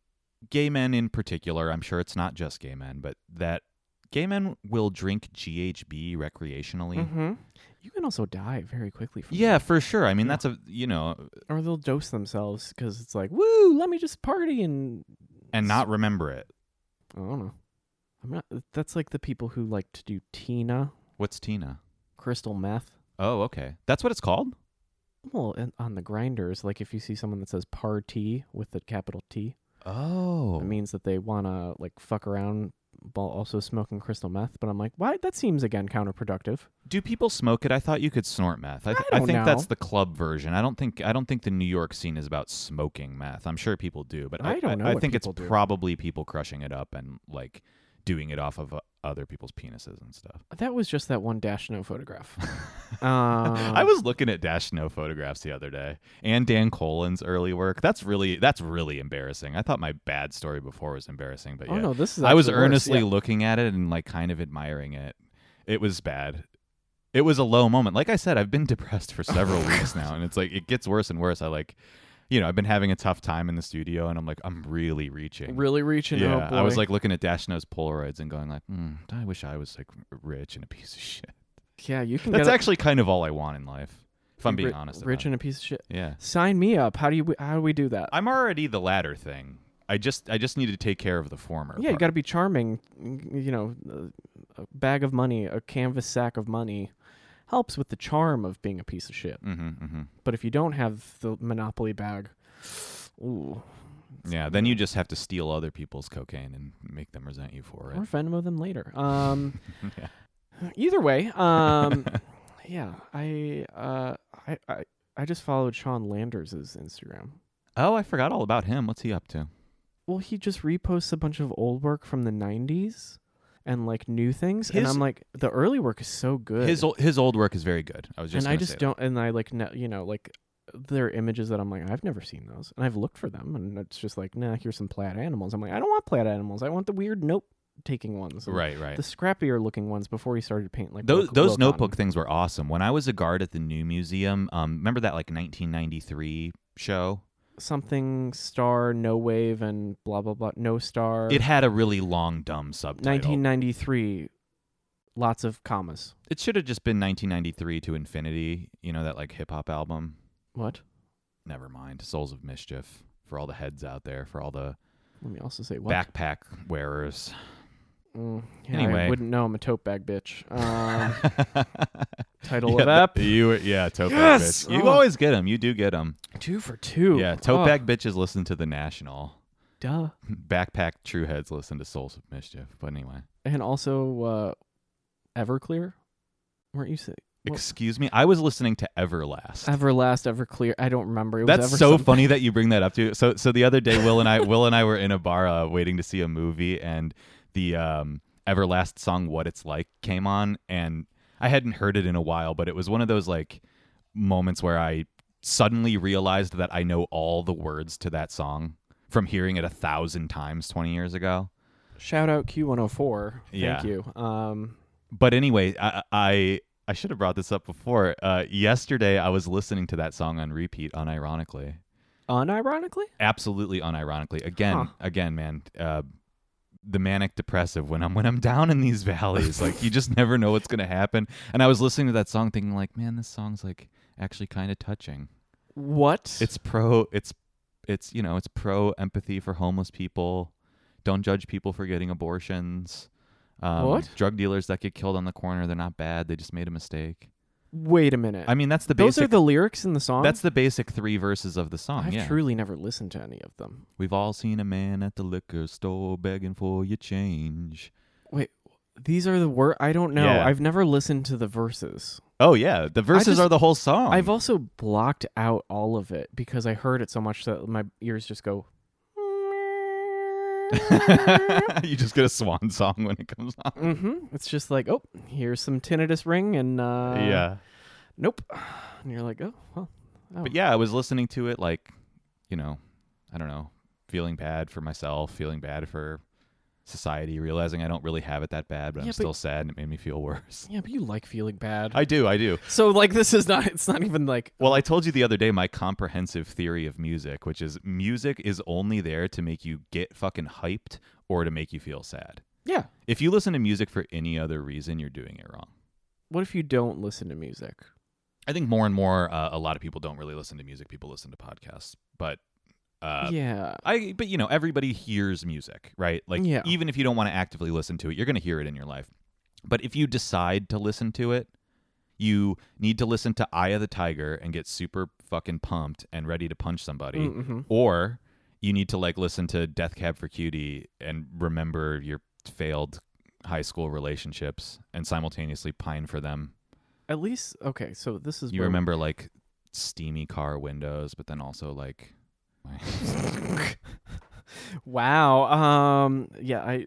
S1: gay men in particular, I'm sure it's not just gay men, but that gay men will drink GHB recreationally.
S2: Mhm. You can also die very quickly from
S1: Yeah, for sure. I mean,
S2: Yeah.
S1: that's a you know,
S2: that. Or they'll dose themselves cuz it's like, "Woo, let me just party and
S1: and not remember it.
S2: I don't know. I'm not that's like the people who like to do Tina,
S1: What's Tina?
S2: crystal meth.
S1: Oh, okay. That's what it's called.
S2: Well, and on the grinders, like if you see someone that says party with the capital T,
S1: Oh,
S2: it means that they wanna like fuck around while also smoking crystal meth. But I'm like, why? That seems again counterproductive.
S1: do people smoke it? I thought you could snort meth. I, th-
S2: I don't
S1: think that's
S2: know.
S1: the club version. I don't think I don't think the New York scene is about smoking meth. I'm sure people do, but I,
S2: I don't know
S1: I,
S2: what
S1: think it's
S2: people do.
S1: probably people crushing it up and like doing it off of uh, other people's penises and stuff.
S2: That was just that one dash no photograph. um,
S1: I was looking at Dash No photographs the other day and Dan Colin's early work. That's really that's really embarrassing. I thought my bad story before was embarrassing, but
S2: Oh
S1: yeah.
S2: no, this is.
S1: I was
S2: actually worse.
S1: earnestly
S2: Yeah.
S1: looking at it and like kind of admiring it. It was bad. It was a low moment. Like I said, I've been depressed for several weeks now, and it's like it gets worse and worse. I like, you know, I've been having a tough time in the studio, and I'm like, I'm really reaching.
S2: really reaching.
S1: yeah,
S2: oh,
S1: I was
S2: boy.
S1: like looking at Dashno's Polaroids and going like, mm, I wish I was like rich and a piece of shit.
S2: yeah, you can.
S1: That's
S2: get
S1: actually kind of all I want in life, if I'm
S2: a,
S1: being
S2: ri-
S1: honest.
S2: Rich
S1: about it.
S2: and a piece of shit.
S1: yeah,
S2: Sign me up. How do you? How do we do that?
S1: I'm already the latter thing. I just I just need to take care of the former.
S2: yeah, you
S1: part.
S2: got to be charming. You know, uh, a bag of money, a canvas sack of money, helps with the charm of being a piece of shit.
S1: Mhm, mhm.
S2: But if you don't have the monopoly bag, ooh,
S1: Yeah, then you just have to steal other people's cocaine and make them resent you for
S2: or
S1: it.
S2: Venmo them later. Um.
S1: yeah.
S2: either way um yeah i uh I, I i just followed sean landers' instagram
S1: Oh, I forgot all about him. What's he up to?
S2: well he just reposts a bunch of old work from the 90s and like new things and
S1: His-
S2: i'm like the early work is so good
S1: His old, his old work is very good. I was just
S2: and i
S1: gonna
S2: just
S1: say that.
S2: don't and i like ne- you know like there are images that i'm like i've never seen those and i've looked for them and it's just like nah here's some plaid animals i'm like i don't want plaid animals i want the weird note taking ones and
S1: Right, right.
S2: the scrappier looking ones before he started painting like
S1: those
S2: Wilc-
S1: those
S2: Wilcon.
S1: notebook things were awesome. When I was a guard at the New Museum, um, remember that like 1993 show?
S2: something star no wave and blah blah blah no star
S1: It had a really long dumb subtitle.
S2: 1993 lots of commas
S1: It should have just been 1993 to Infinity. You know that like hip hop album.
S2: what
S1: Never mind. Souls of Mischief. For all the heads out there, for all the
S2: let me also say what
S1: backpack wearers.
S2: Mm, yeah,
S1: Anyway.
S2: i wouldn't know i'm a tote bag bitch um, title
S1: Yeah,
S2: of
S1: that-
S2: ep
S1: You yeah, tote
S2: Yes!
S1: bag bitch. You
S2: Oh.
S1: always get them. You do get them.
S2: two for two
S1: Yeah, tote
S2: Oh,
S1: bag bitches listen to the National.
S2: duh
S1: Backpack true heads listen to Souls of Mischief. But anyway,
S2: and also uh everclear weren't you say Well-
S1: excuse me. I was listening to Everlast.
S2: everlast everclear i don't remember it was
S1: That's
S2: ever
S1: so
S2: something.
S1: funny that you bring that up too. So so the other day, Will and I Will and I were in a bar uh, waiting to see a movie, and the um, Everlast song "What It's Like" came on, and I hadn't heard it in a while, but it was one of those like moments where I suddenly realized that I know all the words to that song from hearing it a thousand times twenty years ago.
S2: shout out q104 thank
S1: Yeah.
S2: you um
S1: But anyway, I. I I should have brought this up before. Uh, yesterday, I was listening to that song on repeat, unironically.
S2: unironically
S1: absolutely unironically again
S2: Huh.
S1: again man uh the manic depressive when i'm when i'm down in these valleys like you just never know what's gonna happen and i was listening to that song thinking like man this song's like actually kind of touching
S2: what
S1: it's pro it's it's you know it's pro empathy for homeless people don't judge people for getting abortions um,
S2: What?
S1: drug dealers that get killed on the corner they're not bad they just made a mistake
S2: wait a minute
S1: i mean that's the
S2: Uh, those
S1: basic
S2: are the lyrics in the song
S1: that's the basic three verses of the song
S2: I've
S1: yeah
S2: truly never listened to any of them.
S1: We've all seen a man at the liquor store begging for your change.
S2: These are the word I don't know.
S1: Yeah.
S2: I've never listened to the verses.
S1: Oh yeah, the verses
S2: just-
S1: are the whole song.
S2: I've also blocked out all of it because I heard it so much that my ears just go.
S1: you just get a swan song when it comes on.
S2: mm-hmm. It's just like, oh, here's some tinnitus ring, and uh,
S1: yeah,
S2: nope. And you're like, oh, well, Oh.
S1: But yeah, I was listening to it like, you know, I don't know, feeling bad for myself, feeling bad for society, realizing I don't really have it that bad, but
S2: Yeah,
S1: I'm
S2: but-
S1: still sad and it made me feel worse.
S2: Yeah, but you like feeling bad.
S1: I do, I do.
S2: so like this is not it's not even like
S1: Well, I told you the other day my comprehensive theory of music, which is music is only there to make you get fucking hyped or to make you feel sad.
S2: yeah.
S1: If you listen to music for any other reason, you're doing it wrong.
S2: What if you don't listen to music?
S1: I think more and more, uh, a lot of people don't really listen to music. People listen to podcasts, but uh,
S2: yeah.
S1: I. But you know, everybody hears music, right? Like,
S2: Yeah.
S1: even if you don't want to actively listen to it, you're going to hear it in your life. But if you decide to listen to it, you need to listen to "Eye of the Tiger" and get super fucking pumped and ready to punch somebody,
S2: Mm-hmm.
S1: or you need to like listen to Death Cab for Cutie and remember your failed high school relationships and simultaneously pine for them
S2: At least okay, so this is
S1: you
S2: where-
S1: remember like steamy car windows, but then also like
S2: Wow. Um yeah, I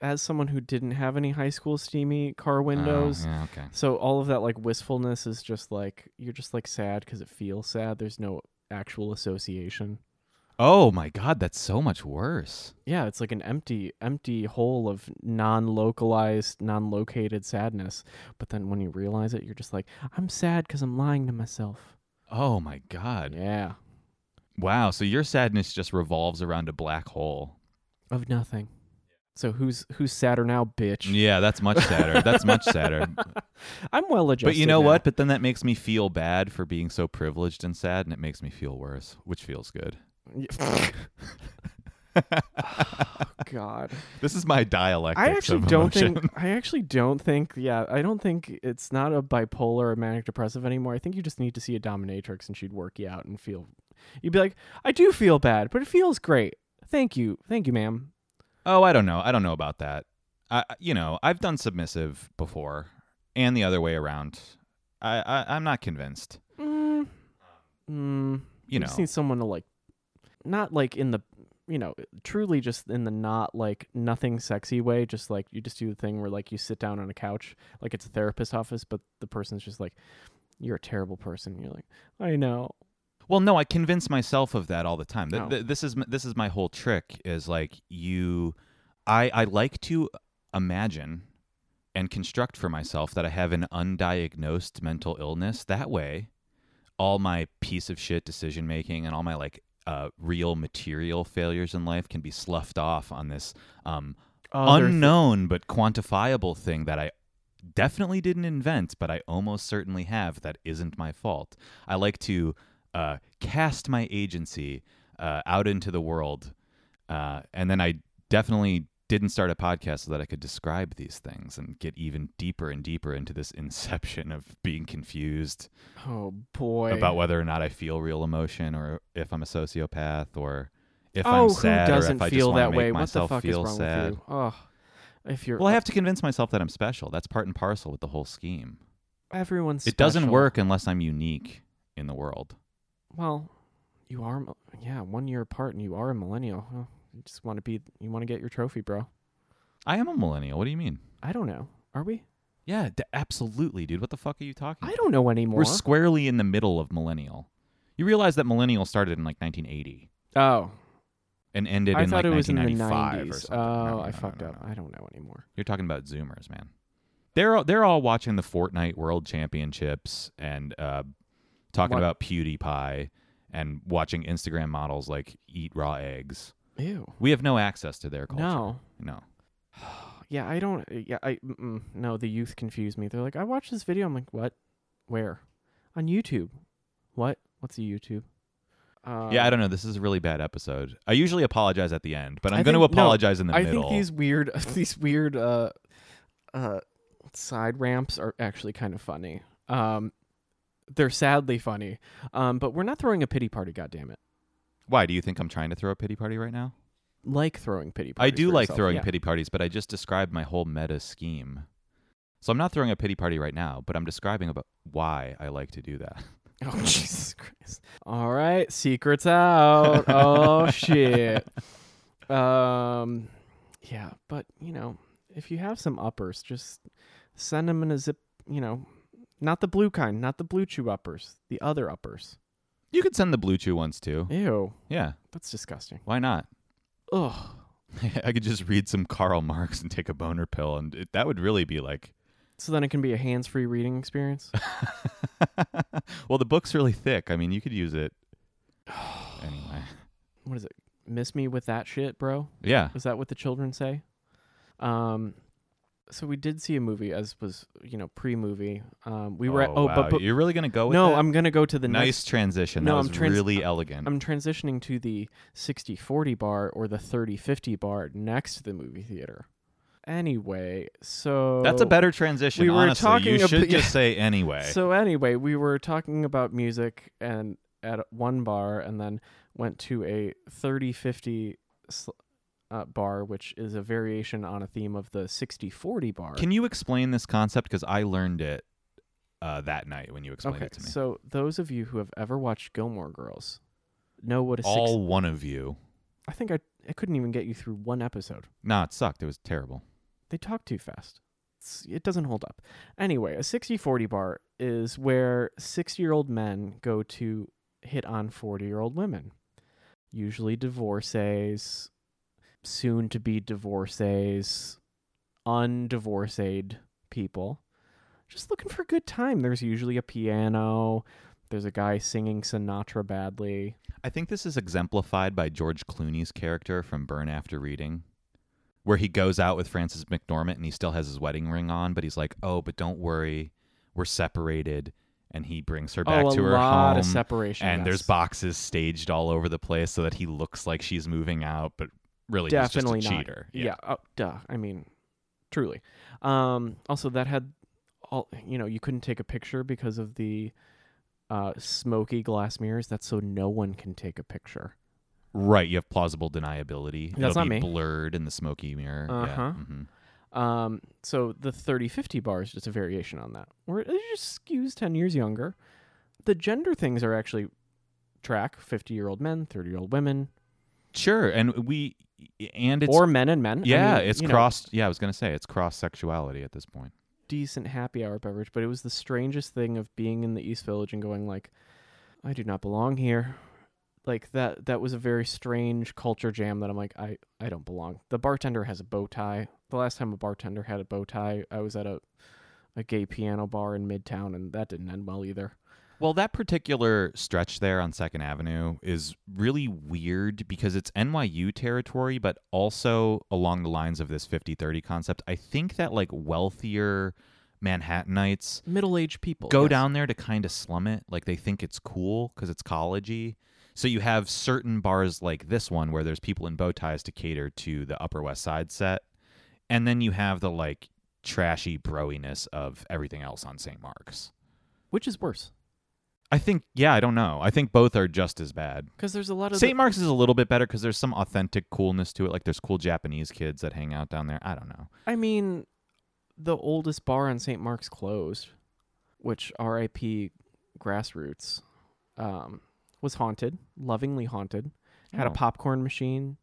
S2: as someone who didn't have any high school steamy car windows,
S1: Oh, yeah, okay.
S2: so all of that like wistfulness is just like you're just like sad cuz it feels sad. There's no actual association.
S1: Oh my god, that's so much worse.
S2: Yeah, it's like an empty, empty hole of non-localized, non-located sadness. But then when you realize it, you're just like, I'm sad because I'm lying to myself.
S1: Oh my god.
S2: Yeah,
S1: Wow. So your sadness just revolves around a black hole.
S2: of nothing. So who's who's sadder now, bitch?
S1: Yeah, that's much sadder. that's much sadder.
S2: I'm well adjusted.
S1: But you know
S2: now.
S1: what? But then that makes me feel bad for being so privileged and sad, and it makes me feel worse, which feels good.
S2: oh God,
S1: This is my dialect.
S2: I actually don't think. I actually don't think. Yeah, I don't think it's not a bipolar or manic depressive anymore. I think you just need to see a dominatrix and she'd work you out and feel. You'd be like, I do feel bad, but it feels great. Thank you, thank you, ma'am.
S1: Oh, I don't know. I don't know about that. I, I- you know, I've done submissive before, and the other way around. I, I I'm not convinced.
S2: Mm. Mm.
S1: You know,
S2: just need someone to like, not like in the, you know, truly just in the not like nothing sexy way. Just like you just do the thing where like you sit down on a couch, like it's a therapist's office, but the person's just like, you're a terrible person. And you're like, I know.
S1: well, no, I convince myself of that all the time. Th-
S2: No.
S1: th- this is m- this is my whole trick. Is like you, I I like to imagine and construct for myself that I have an undiagnosed mental illness. That way, all my piece of shit decision making and all my like uh, real material failures in life can be sloughed off on this um,
S2: Other thi-
S1: unknown but quantifiable thing that I definitely didn't invent, but I almost certainly have that isn't my fault. I like to uh, cast my agency uh, out into the world, uh, and then I definitely didn't start a podcast so that I could describe these things and get even deeper and deeper into this inception of being confused
S2: oh boy.
S1: about whether or not I feel real emotion or if I'm a sociopath or if
S2: oh,
S1: I'm sad
S2: who
S1: or
S2: doesn't
S1: if I
S2: feel
S1: just wanna
S2: that
S1: make
S2: way? What the
S1: myself
S2: fuck is
S1: feel
S2: wrong
S1: sad.
S2: with you? Oh, if you're
S1: Well, I have to convince myself that I'm special. That's part and parcel with the whole scheme.
S2: e-, everyone's.
S1: It doesn't
S2: special.
S1: work unless I'm unique in the world.
S2: Well, you are. mil- Yeah, one year apart, and you are a millennial. Huh? You just want to be. You want to get your trophy, bro.
S1: I am a millennial. What do you mean?
S2: I don't know. Are we?
S1: Yeah, d- absolutely, dude. What the fuck are you talking?
S2: I
S1: about?
S2: don't know anymore.
S1: We're squarely in the middle of millennial. You realize that millennial started in like 1980
S2: oh,
S1: and ended
S2: I
S1: in
S2: thought
S1: like
S2: it was in the
S1: 1995 or
S2: nineties. Oh,
S1: something. No, no,
S2: I
S1: no,
S2: fucked
S1: no,
S2: up.
S1: no.
S2: I don't know anymore.
S1: You're talking about Zoomers, man. They're all, they're all watching the Fortnite World Championships and uh, talking
S2: What-
S1: about PewDiePie and watching Instagram models like eat raw eggs.
S2: Ew.
S1: We have no access to their culture.
S2: No.
S1: No.
S2: Yeah, I don't. uh, Yeah, I. Mm-mm, no, the youth confuse me. They're like, I watched this video. I'm like, what? Where? On YouTube. What? What's a YouTube? Uh,
S1: yeah, I don't know. This is a really bad episode. I usually apologize at the end, but I'm
S2: I
S1: going to
S2: think- no,
S1: apologize in the
S2: I
S1: middle.
S2: think these weird, these weird, uh, uh, side ramps are actually kind of funny. Um, they're sadly funny. Um, but we're not throwing a pity party. God damn it!
S1: Why do you think I'm trying to throw a pity party right now?
S2: Like throwing pity.
S1: I
S2: parties
S1: do
S2: for
S1: like
S2: yourself,
S1: throwing
S2: yeah.
S1: pity parties, but I just described my whole meta scheme. So I'm not throwing a pity party right now, but I'm describing about why I like to do that.
S2: Oh Jesus Christ! All right, secrets out. Oh shit. Um, yeah, but you know, if you have some uppers, just send them in a zip. You know, not the blue kind, not the blue chew uppers, the other uppers.
S1: You could send the blue chew ones too.
S2: Ew,
S1: Yeah,
S2: that's disgusting.
S1: why not?
S2: Ugh.
S1: I could just read some Karl Marx and take a boner pill, and it, that would really be like.
S2: So then it can be a hands-free reading experience.
S1: well, the book's really thick. I mean, you could use it anyway.
S2: what is it? Miss me with that shit, bro?
S1: Yeah.
S2: Is that what the children say? Um, so we did see a movie as was you know pre-movie. Um, we were at, oh
S1: wow.
S2: but, but
S1: you're really gonna go Oh, with
S2: no,
S1: that?
S2: I'm gonna go to the
S1: nice
S2: next.
S1: transition.
S2: No,
S1: that
S2: I'm
S1: was
S2: trans-
S1: really elegant.
S2: I'm transitioning to the 60-40 bar or the 30-50 bar next to the movie theater. Anyway, so
S1: That's a better transition.
S2: we were
S1: honestly,
S2: talking
S1: you
S2: ab-
S1: should just say anyway.
S2: So anyway, we were talking about music and at one bar and then went to a 30-50 sl- uh, bar which is a variation on a theme of the 60-40 bar.
S1: Can you explain this concept? Because I learned it uh, that night when you explained
S2: okay,
S1: it to me.
S2: so those of you who have ever watched Gilmore Girls know what a six
S1: All one of you.
S2: I think I I couldn't even get you through one episode.
S1: Nah, it sucked. It was terrible.
S2: they talk too fast. It's, it doesn't hold up. Anyway, a 60 40 bar is where 60 year old men go to hit on 40 year old women, usually divorcees, soon to be divorcees, undivorced people, just looking for a good time. There's usually a piano, there's a guy singing Sinatra badly.
S1: I think this is exemplified by George Clooney's character from Burn After Reading, where he goes out with Francis McDormand and he still has his wedding ring on, but he's like, "Oh, but don't worry, we're separated." And he brings her back
S2: oh, a
S1: to her
S2: lot
S1: home,
S2: of separation.
S1: and there's
S2: yes.
S1: boxes staged all over the place so that he looks like she's moving out, but really
S2: definitely
S1: he's just a
S2: not.
S1: cheater.
S2: Yeah. Oh, duh. I mean, truly. Um, also, that had all you know. You couldn't take a picture because of the uh, smoky glass mirrors. That's so no one can take a picture.
S1: right. You have plausible deniability.
S2: That's
S1: It'll
S2: not
S1: be
S2: me.
S1: blurred in the smoky mirror. Yeah,
S2: Uh-huh.
S1: mhm.
S2: Um, so the 30-50 bar is just a variation on that. Where it just skews ten years younger. The gender things are actually track fifty year old men, thirty year old women,
S1: Sure, and we and it's
S2: or men and men. I
S1: yeah,
S2: mean,
S1: it's
S2: you know,
S1: cross. yeah, I was gonna say it's cross sexuality at this point.
S2: decent happy hour beverage, but it was the strangest thing of being in the East Village and going like, I do not belong here. Like that that was a very strange culture jam that I'm like, I, I don't belong. The bartender has a bow tie. The last time a bartender had a bow tie, I was at a a gay piano bar in Midtown and that didn't end well either.
S1: Well, that particular stretch there on Second Avenue is really weird because it's NYU territory, but also along the lines of this 50 30 concept. I think that like wealthier Manhattanites
S2: Middle aged people.
S1: go
S2: yes.
S1: down there to kind of slum it. Like they think it's cool because it's collegey. So you have certain bars like this one where there's people in bow ties to cater to the Upper West Side set, and then you have the like trashy broiness of everything else on St. Mark's.
S2: Which is worse.
S1: I think, yeah, I don't know. I think both are just as bad.
S2: Because there's a lot of the-
S1: St. Mark's is a little bit better because there's some authentic coolness to it. Like there's cool Japanese kids that hang out down there. I don't know.
S2: I mean, the oldest bar on St. Mark's closed, which RIP Grassroots um, was haunted, lovingly haunted. Had a
S1: Oh.
S2: popcorn machine.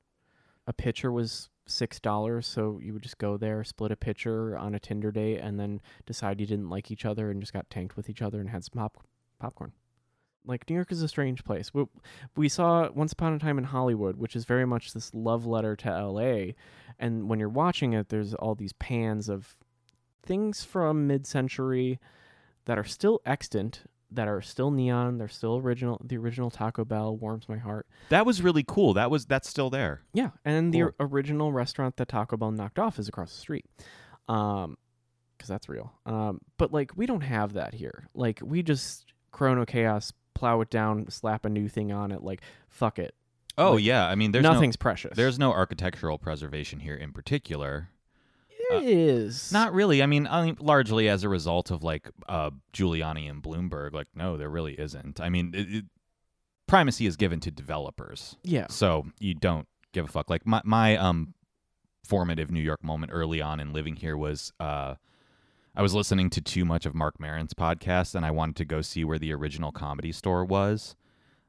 S2: A pitcher was six dollars, so you would just go there, split a pitcher on a Tinder date, and then decide you didn't like each other and just got tanked with each other and had some pop- popcorn. Like New York is a strange place. We, we saw Once Upon a Time in Hollywood, which is very much this love letter to L.A and when you're watching it there's all these pans of things from mid-century that are still extant that are still neon they're still original the original taco bell warms my heart
S1: That was really cool. That was that's still there.
S2: yeah and
S1: Cool.
S2: the original restaurant that taco bell knocked off is across the street um because that's real um but like we don't have that here like we just chrono chaos plow it down slap a new thing on it like fuck it
S1: Oh
S2: Like,
S1: yeah, I mean there's no,
S2: nothing's precious
S1: there's no architectural preservation here in particular.
S2: There is
S1: uh, Not really. I mean, I mean, largely as a result of like uh, Giuliani and Bloomberg. Like, no, there really isn't. I mean, it, it, primacy is given to developers,
S2: yeah
S1: so you don't give a fuck. Like my my um formative New York moment early on in living here was uh, I was listening to too much of Mark Maron's podcast, and I wanted to go see where the original Comedy Store was.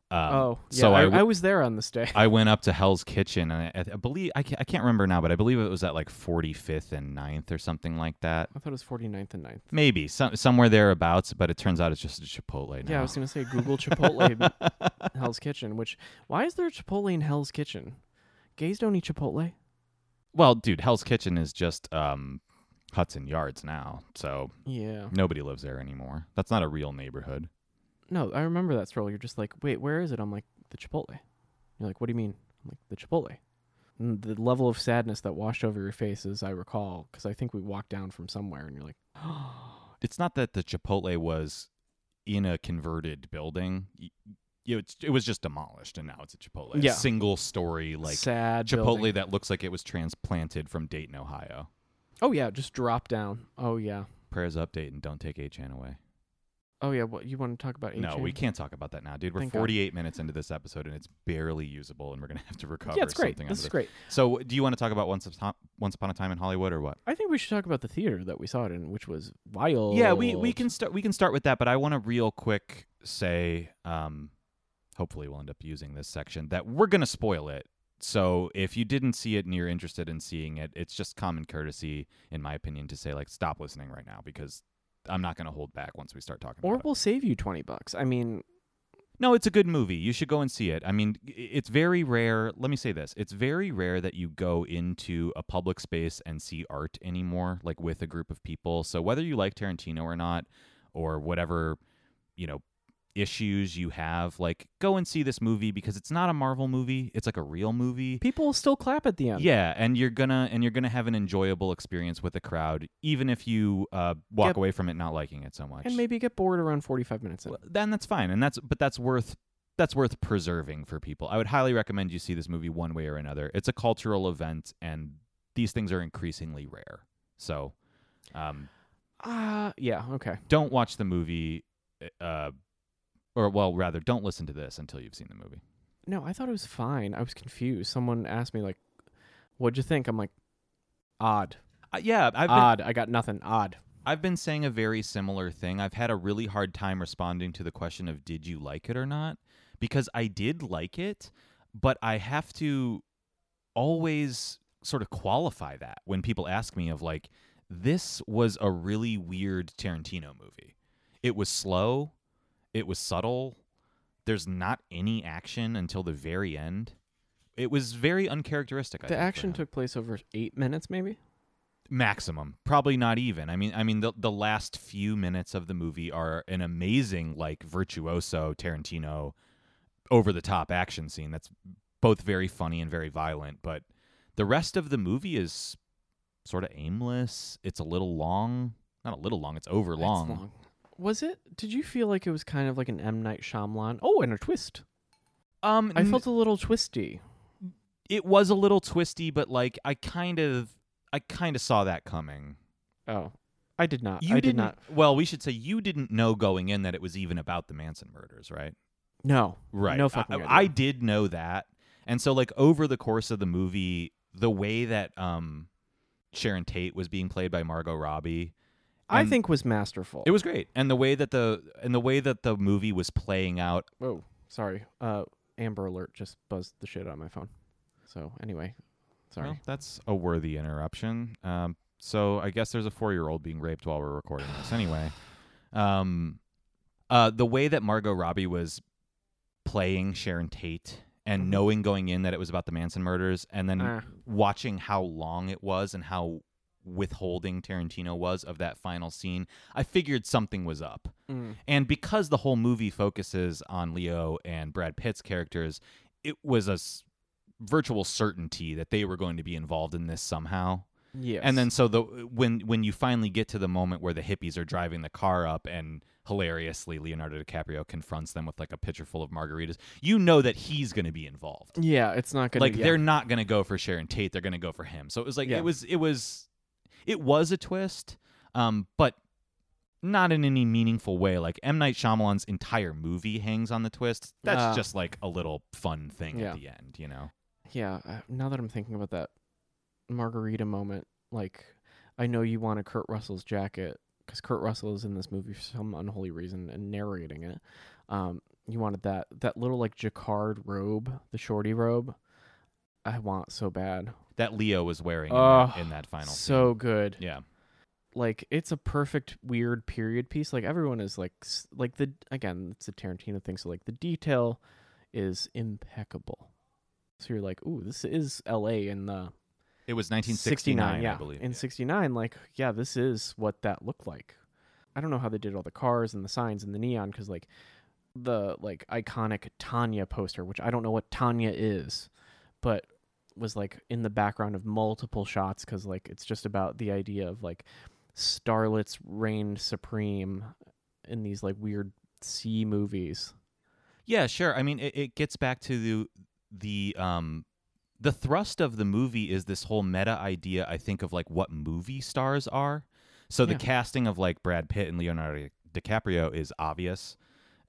S1: Um,
S2: oh, yeah.
S1: so
S2: I,
S1: I
S2: I,
S1: w-
S2: was there on this day.
S1: I went up to Hell's Kitchen, and I, I believe I can't, I can't remember now, but I believe it was at like 45th and 9th or something like that.
S2: I thought it was 49th and 9th.
S1: Maybe some, somewhere thereabouts, but it turns out it's just a Chipotle now.
S2: Yeah, I was gonna say Google Chipotle in Hell's Kitchen. Which why is there a Chipotle in Hell's Kitchen? Gays don't eat Chipotle.
S1: well, dude, Hell's Kitchen is just um, Hudson Yards now, so
S2: Yeah.
S1: nobody lives there anymore. That's not a real neighborhood.
S2: No, I remember that scroll. You're just like, wait, where is it? I'm like, the Chipotle. You're like, what do you mean? I'm like, the Chipotle. And the level of sadness that washed over your face, as I recall, because I think we walked down from somewhere, and you're like,
S1: It's not that the Chipotle was in a converted building. Y- You know, it's, it was just demolished, and now it's a Chipotle.
S2: Yeah.
S1: A single story, like
S2: sad
S1: Chipotle
S2: building.
S1: that looks like it was transplanted from Dayton, Ohio.
S2: Oh yeah, just drop down. Oh yeah.
S1: Prayers update and don't take HN away.
S2: Oh yeah. What you want to talk about?
S1: No,
S2: HN?
S1: we can't talk about that now, dude. We're
S2: Thank God.
S1: 48 minutes into this episode and it's barely usable, and we're gonna have to recover
S2: Yeah, it's great.
S1: something. out
S2: This
S1: of
S2: is great.
S1: So, do you want to talk about once upon Once Upon a Time in Hollywood or what?
S2: I think we should talk about the theater that we saw it in, which was wild.
S1: Yeah, we we can start we can start with that, but I want to real quick say, um, hopefully we'll end up using this section that we're gonna spoil it. So if you didn't see it and you're interested in seeing it, it's just common courtesy, in my opinion, to say like stop listening right now because I'm not gonna hold back once we start talking.
S2: Or
S1: about it.
S2: we'll save you twenty bucks. I mean,
S1: No, it's a good movie. You should go and see it. I mean, i- it's very rare. Let me say this it's very rare that you go into a public space and see art anymore, like with a group of people. So, whether you like Tarantino or not, or whatever, you know, issues you have, like go and see this movie because it's not a Marvel movie, it's like a real movie.
S2: people still clap at the end.
S1: Yeah, and you're gonna and you're gonna have an enjoyable experience with the crowd, even if you uh, walk
S2: Yep.
S1: away from it not liking it so much.
S2: And maybe get bored around forty-five minutes in.
S1: Well, then that's fine and that's but that's worth that's worth preserving for people i would highly recommend you see this movie one way or another it's a cultural event and these things are increasingly rare so um,
S2: Ah, yeah. Okay.
S1: don't watch the movie uh, or well rather don't listen to this until you've seen the movie
S2: No, I thought it was fine. I was confused. Someone asked me like, "What'd you think?" I'm like, "Odd,
S1: uh, yeah i've been,
S2: odd." I got nothing. Odd.
S1: I've been saying a very similar thing. I've had a really hard time responding to the question of did you like it or not because I did like it, but I have to always sort of qualify that when people ask me of like this was a really weird Tarantino movie. It was slow, it was subtle. There's not any action until the very end. It was very uncharacteristic. I
S2: the
S1: think, for
S2: action
S1: him
S2: took place over eight minutes, maybe.
S1: maximum probably not even i mean i mean the, the last few minutes of the movie are an amazing like virtuoso tarantino over the top action scene that's both very funny and very violent but the rest of the movie is sort of aimless it's a little long not a little long it's over
S2: It's
S1: long,
S2: Was it? Did you feel like it was kind of like an M Night Shyamalan? Oh, and a twist.
S1: um
S2: I felt a little twisty.
S1: it was a little twisty but like i kind of i kind of saw that coming
S2: Oh, I did not.
S1: you
S2: I
S1: didn't
S2: did not.
S1: well we should say you didn't know going in that it was even about the manson murders right
S2: No.
S1: Right.
S2: No
S1: I-
S2: fucking idea.
S1: I, did know that. And so like over the course of the movie, the way that um Sharon Tate was being played by Margot Robbie,
S2: I
S1: And-
S2: think was masterful.
S1: it was great. And the way that the and the way that the movie was playing out,
S2: Whoa, sorry. Uh, Amber Alert just buzzed the shit out of my phone. So anyway, sorry.
S1: well, that's a worthy interruption. Um so I guess there's a 4-year-old being raped while we're recording this anyway. Um uh the way that Margot Robbie was playing Sharon Tate
S2: Mhm.
S1: and knowing going in that it was about the Manson murders and then
S2: Ah,
S1: watching how long it was and how withholding Tarantino was of that final scene, I figured something was up.
S2: mm.
S1: And because the whole movie focuses on Leo and Brad Pitt's characters, it was a s- virtual certainty that they were going to be involved in this somehow.
S2: Yes.
S1: And then so the when when you finally get to the moment where the hippies are driving the car up and hilariously Leonardo DiCaprio confronts them with like a pitcher full of margaritas, you know that he's going to be involved
S2: yeah, it's not gonna
S1: like
S2: yeah.
S1: they're not gonna go for Sharon Tate. They're gonna go for him. So it was like
S2: Yeah.
S1: it was it was it was a twist, um, but not in any meaningful way. Like M Night Shyamalan's entire movie hangs on the twist. That's
S2: Ah.
S1: just like a little fun thing
S2: Yeah.
S1: at the end, you know.
S2: yeah. uh, Now that I'm thinking about that margarita moment, like I know you wanted Kurt Russell's jacket because Kurt Russell is in this movie for some unholy reason and narrating it. Um, You wanted that that little like jacquard robe, the shorty robe. I want so bad.
S1: that Leo was wearing in,
S2: Oh,
S1: that, in that final.
S2: so good.
S1: scene. yeah,
S2: Like it's a perfect weird period piece. Like everyone is like s- like the again, it's a Tarantino thing. So like the detail is impeccable. So you're like, ooh, this is L.A. in the
S1: it was 1969,
S2: yeah.
S1: I believe.
S2: In
S1: yeah.
S2: 69, like, yeah, this is what that looked like. I don't know how they did all the cars and the signs and the neon because, like, the like iconic Tanya poster, which I don't know what Tanya is, but was like in the background of multiple shots because, like, it's just about the idea of like starlets reigned supreme in these like weird C movies.
S1: Yeah, sure. I mean, it, it gets back to the the um the thrust of the movie is this whole meta idea. I think of like what movie stars are. So the
S2: Yeah.
S1: casting of like Brad Pitt and Leonardo DiCaprio is obvious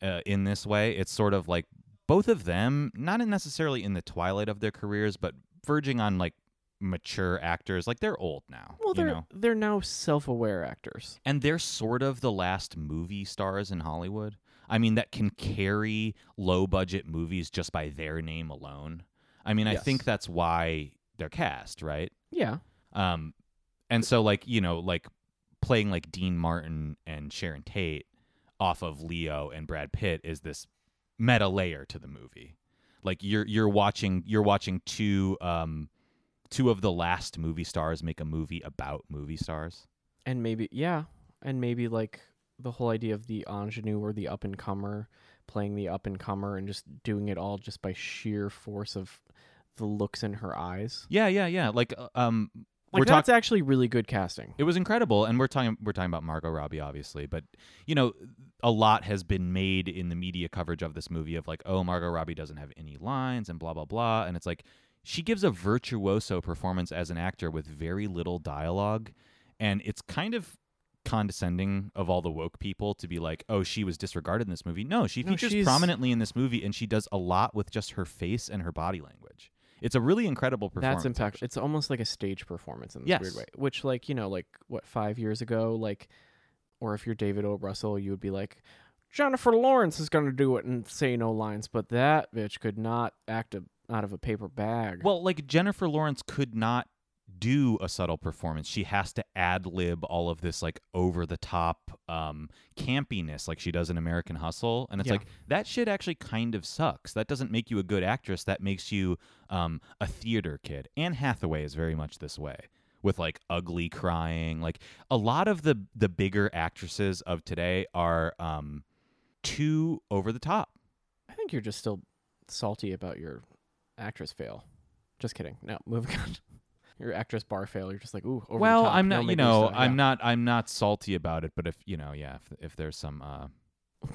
S1: uh, in this way. It's sort of like both of them, not in necessarily in the twilight of their careers, but verging on like mature actors. Like they're old now.
S2: Well,
S1: you
S2: they're
S1: know?
S2: they're now self aware actors.
S1: and they're sort of the last movie stars in Hollywood. I mean, that can carry low budget movies just by their name alone. I mean, I
S2: Yes.
S1: think that's why they're cast, right?
S2: Yeah,
S1: Um, and so, like, you know, like playing like Dean Martin and Sharon Tate off of Leo and Brad Pitt is this meta layer to the movie. Like you're you're watching you're watching two um two of the last movie stars make a movie about movie stars.
S2: and maybe yeah and maybe like the whole idea of the ingenue or the up and comer playing the up and comer and just doing it all just by sheer force of the looks in her eyes
S1: Yeah, yeah, yeah. Like uh, um
S2: like
S1: we're talking
S2: that's actually really good casting
S1: it was incredible and we're talking we're talking about Margot Robbie obviously, but you know, a lot has been made in the media coverage of this movie of like, oh, Margot Robbie doesn't have any lines and blah blah blah and it's like she gives a virtuoso performance as an actor with very little dialogue and it's kind of condescending of all the woke people to be like, "Oh, she was disregarded in this movie." No, she
S2: No,
S1: features
S2: she's-
S1: prominently in this movie and she does a lot with just her face and her body language. It's a really incredible performance.
S2: that's impact it's almost like a stage performance in this
S1: Yes.
S2: weird way which like you know like what five years ago like or if you're david o russell you would be like jennifer lawrence is going to do it and say no lines but that bitch could not act a, out of a paper bag
S1: Well, like Jennifer Lawrence could not do a subtle performance. She has to ad lib all of this like over the top um campiness like she does in American Hustle. And it's
S2: Yeah.
S1: like that shit actually kind of sucks. That doesn't make you a good actress. That makes you um a theater kid. Anne Hathaway is very much this way with like ugly crying. Like a lot of the the bigger actresses of today are um too over the top.
S2: I think you're just still salty about your actress fail. Just kidding. No, moving on. Your actress bar fail. You're just like, ooh, over
S1: well
S2: the top.
S1: i'm
S2: no
S1: not you
S2: making
S1: know
S2: stuff.
S1: i'm not i'm not salty about it but if you know yeah if, if there's some uh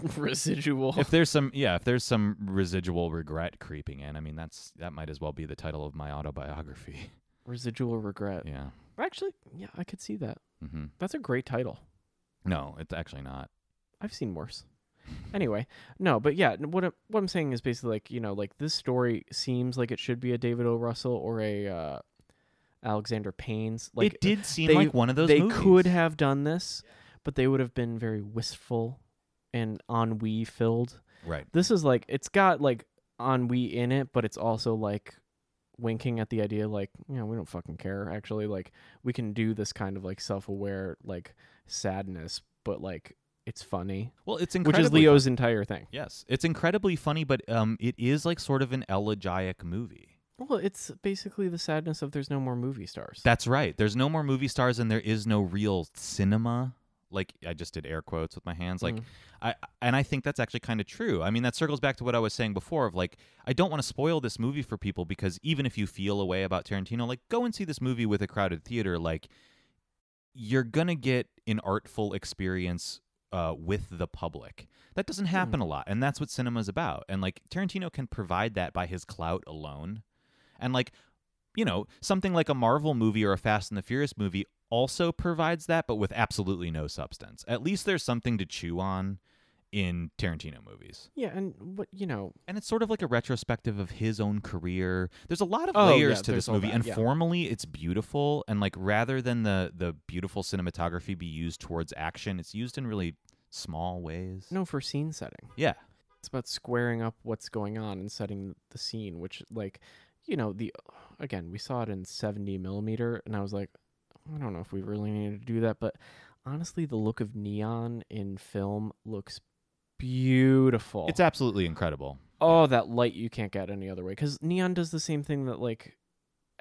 S2: Yeah. residual.
S1: if there's some yeah if there's some residual regret creeping in i mean that's that might as well be the title of my autobiography
S2: residual regret.
S1: yeah
S2: Actually, yeah, I could see that.
S1: hmm
S2: That's a great title.
S1: no it's actually not
S2: I've seen worse. Anyway, no, but yeah, n- what I'm, what I'm saying is basically like you know like this story seems like it should be a David O. Russell or a uh, Alexander Payne's. Like
S1: it did seem
S2: they-
S1: like one of those
S2: they
S1: movies.
S2: could have done this, but they would have been very wistful and ennui filled.
S1: right
S2: This is like it's got like ennui in it, but it's also like winking at the idea like, you know, we don't fucking care actually. Like we can do this kind of like self-aware like sadness, but like it's funny,
S1: well it's
S2: which
S1: incredibly
S2: is Leo's entire thing.
S1: yes it's incredibly funny but um it is like sort of an elegiac movie
S2: Well, it's basically the sadness of there's no more movie stars.
S1: That's right. There's no more movie stars and there is no real cinema. Like I just did air quotes with my hands. Like
S2: Mm.
S1: I and I think that's actually kind of true. I mean, that circles back to what I was saying before of like I don't want to spoil this movie for people because even if you feel a way about Tarantino, like go and see this movie with a crowded theater like you're going to get an artful experience uh, with the public. That doesn't happen a lot, and that's what cinema's about. And like Tarantino can provide that by his clout alone. And like you know, something like a Marvel movie or a Fast and the Furious movie also provides that, but with absolutely no substance. At least there's something to chew on in Tarantino movies.
S2: yeah, and what you know,
S1: And it's sort of like a retrospective of his own career. There's a lot of
S2: Oh,
S1: layers
S2: yeah,
S1: to this
S2: there's all
S1: movie,
S2: that,
S1: and
S2: yeah.
S1: formally it's beautiful. And like rather than the the beautiful cinematography be used towards action, it's used in really small ways.
S2: no for scene setting.
S1: Yeah.
S2: it's about squaring up what's going on and setting the scene which like you know the again we saw it in 70 millimeter and i was like i don't know if we really needed to do that but honestly the look of neon in film looks beautiful
S1: It's absolutely incredible.
S2: oh that light you can't get any other way because neon does the same thing that like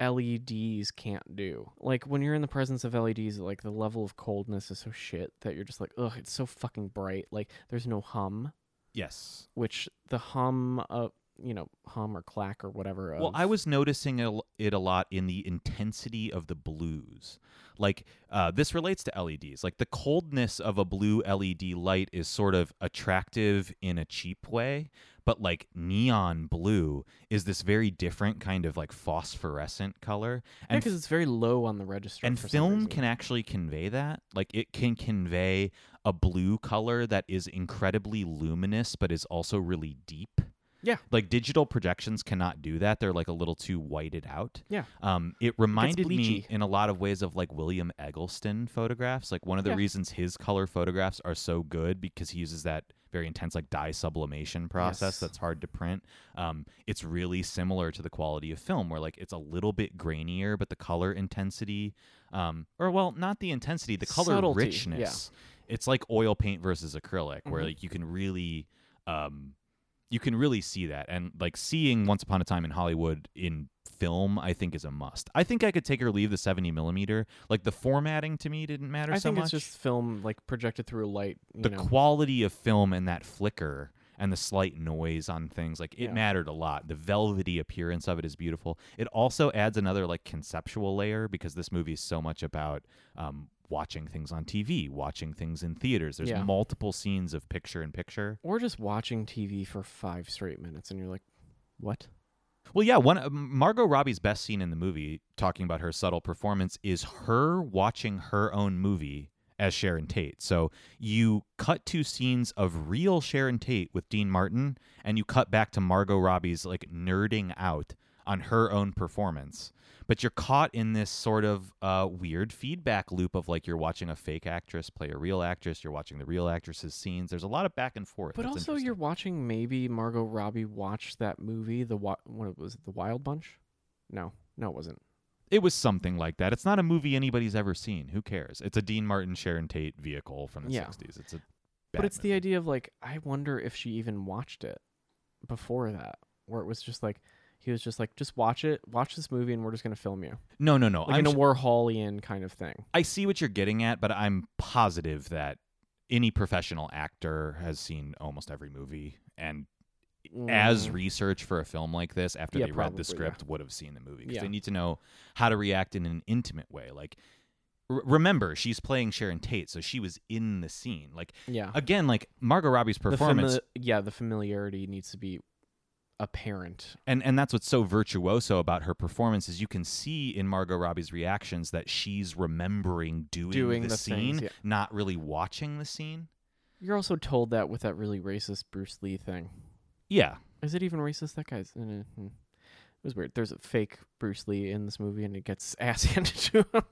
S2: leds can't do like when you're in the presence of leds like the level of coldness is so shit that you're just like ugh it's so fucking bright like there's no hum
S1: Yes.
S2: which the hum of you know hum or clack or whatever
S1: Well,
S2: of-
S1: I was noticing it a- it a lot in the intensity of the blues. Like uh, this relates to LEDs. Like the coldness of a blue LED light is sort of attractive in a cheap way, but like neon blue is this very different kind of like phosphorescent color.
S2: yeah,
S1: And
S2: because it's very low on the register
S1: and
S2: for some
S1: film
S2: reason.
S1: can actually convey that like it can convey a blue color that is incredibly luminous but is also really deep
S2: Yeah.
S1: like digital projections cannot do that they're like a little too whited out
S2: Yeah.
S1: um it reminded me
S2: bleachy.
S1: in a lot of ways of like william eggleston photographs like one of the
S2: Yeah.
S1: reasons his color photographs are so good because he uses that very intense like dye sublimation process
S2: Yes.
S1: that's hard to print um, it's really similar to the quality of film where like it's a little bit grainier but the color intensity um, or well not the intensity the color
S2: Subtlety, yeah.
S1: richness it's like oil paint versus acrylic where
S2: Mhm.
S1: like you can really um, you can really see that and like seeing once upon a time in hollywood in film i think is a must i think i could take or leave the 70 millimeter like the formatting to me didn't matter
S2: I
S1: so
S2: think
S1: much
S2: it's just film like projected through a light. You
S1: the
S2: know,
S1: quality of film and that flicker and the slight noise on things like it
S2: Yeah.
S1: mattered a lot the velvety appearance of it is beautiful it also adds another like conceptual layer because this movie is so much about um, watching things on tv watching things in theaters there's
S2: Yeah.
S1: multiple scenes of picture in picture
S2: or just watching TV for five straight minutes, and you're like, what?
S1: well yeah one um, margot robbie's best scene in the movie talking about her subtle performance is her watching her own movie as Sharon Tate. So you cut to scenes of real Sharon Tate with Dean Martin, and you cut back to Margot Robbie's like nerding out on her own performance. But you're caught in this sort of uh, weird feedback loop of like you're watching a fake actress play a real actress, you're watching the real actress's scenes. There's a lot of back and forth.
S2: But
S1: It's
S2: also,
S1: interesting.
S2: you're watching maybe Margot Robbie watch that movie, the wi- what was it, the Wild Bunch? No, no, it wasn't.
S1: it was something like that. It's not a movie anybody's ever seen. Who cares? It's a Dean Martin Sharon Tate vehicle from the
S2: Yeah.
S1: 60s. It's a
S2: but it's the idea of like, I wonder if she even watched it before that, where it was just like. He was just like, just watch it, watch this movie, and we're just gonna film you,
S1: the No, no, no.
S2: like
S1: I'm
S2: in a
S1: su-
S2: Warholian kind of thing.
S1: I see what you're getting at, but I'm positive that any professional actor has seen almost every movie and as
S2: Mm.
S1: research for a film like this after
S2: Yeah,
S1: they read
S2: probably, yeah.
S1: the script would have seen the movie because
S2: Yeah.
S1: they need to know how to react in an intimate way like r- remember she's playing Sharon Tate so she was in the scene like
S2: yeah,
S1: again like Margot Robbie's
S2: Uh-huh. The
S1: performance
S2: fami- yeah, the familiarity needs to be apparent.
S1: and and that's what's so virtuoso about her performance is you can see in Margot Robbie's reactions that she's remembering doing,
S2: Doing
S1: the,
S2: the
S1: scene
S2: things, yeah.
S1: not really watching the scene
S2: You're also told that with that really racist Bruce Lee thing.
S1: yeah
S2: Is it even racist? That guy's. mm, mm. It was weird. There's a fake Bruce Lee in this movie, and it gets ass handed to him,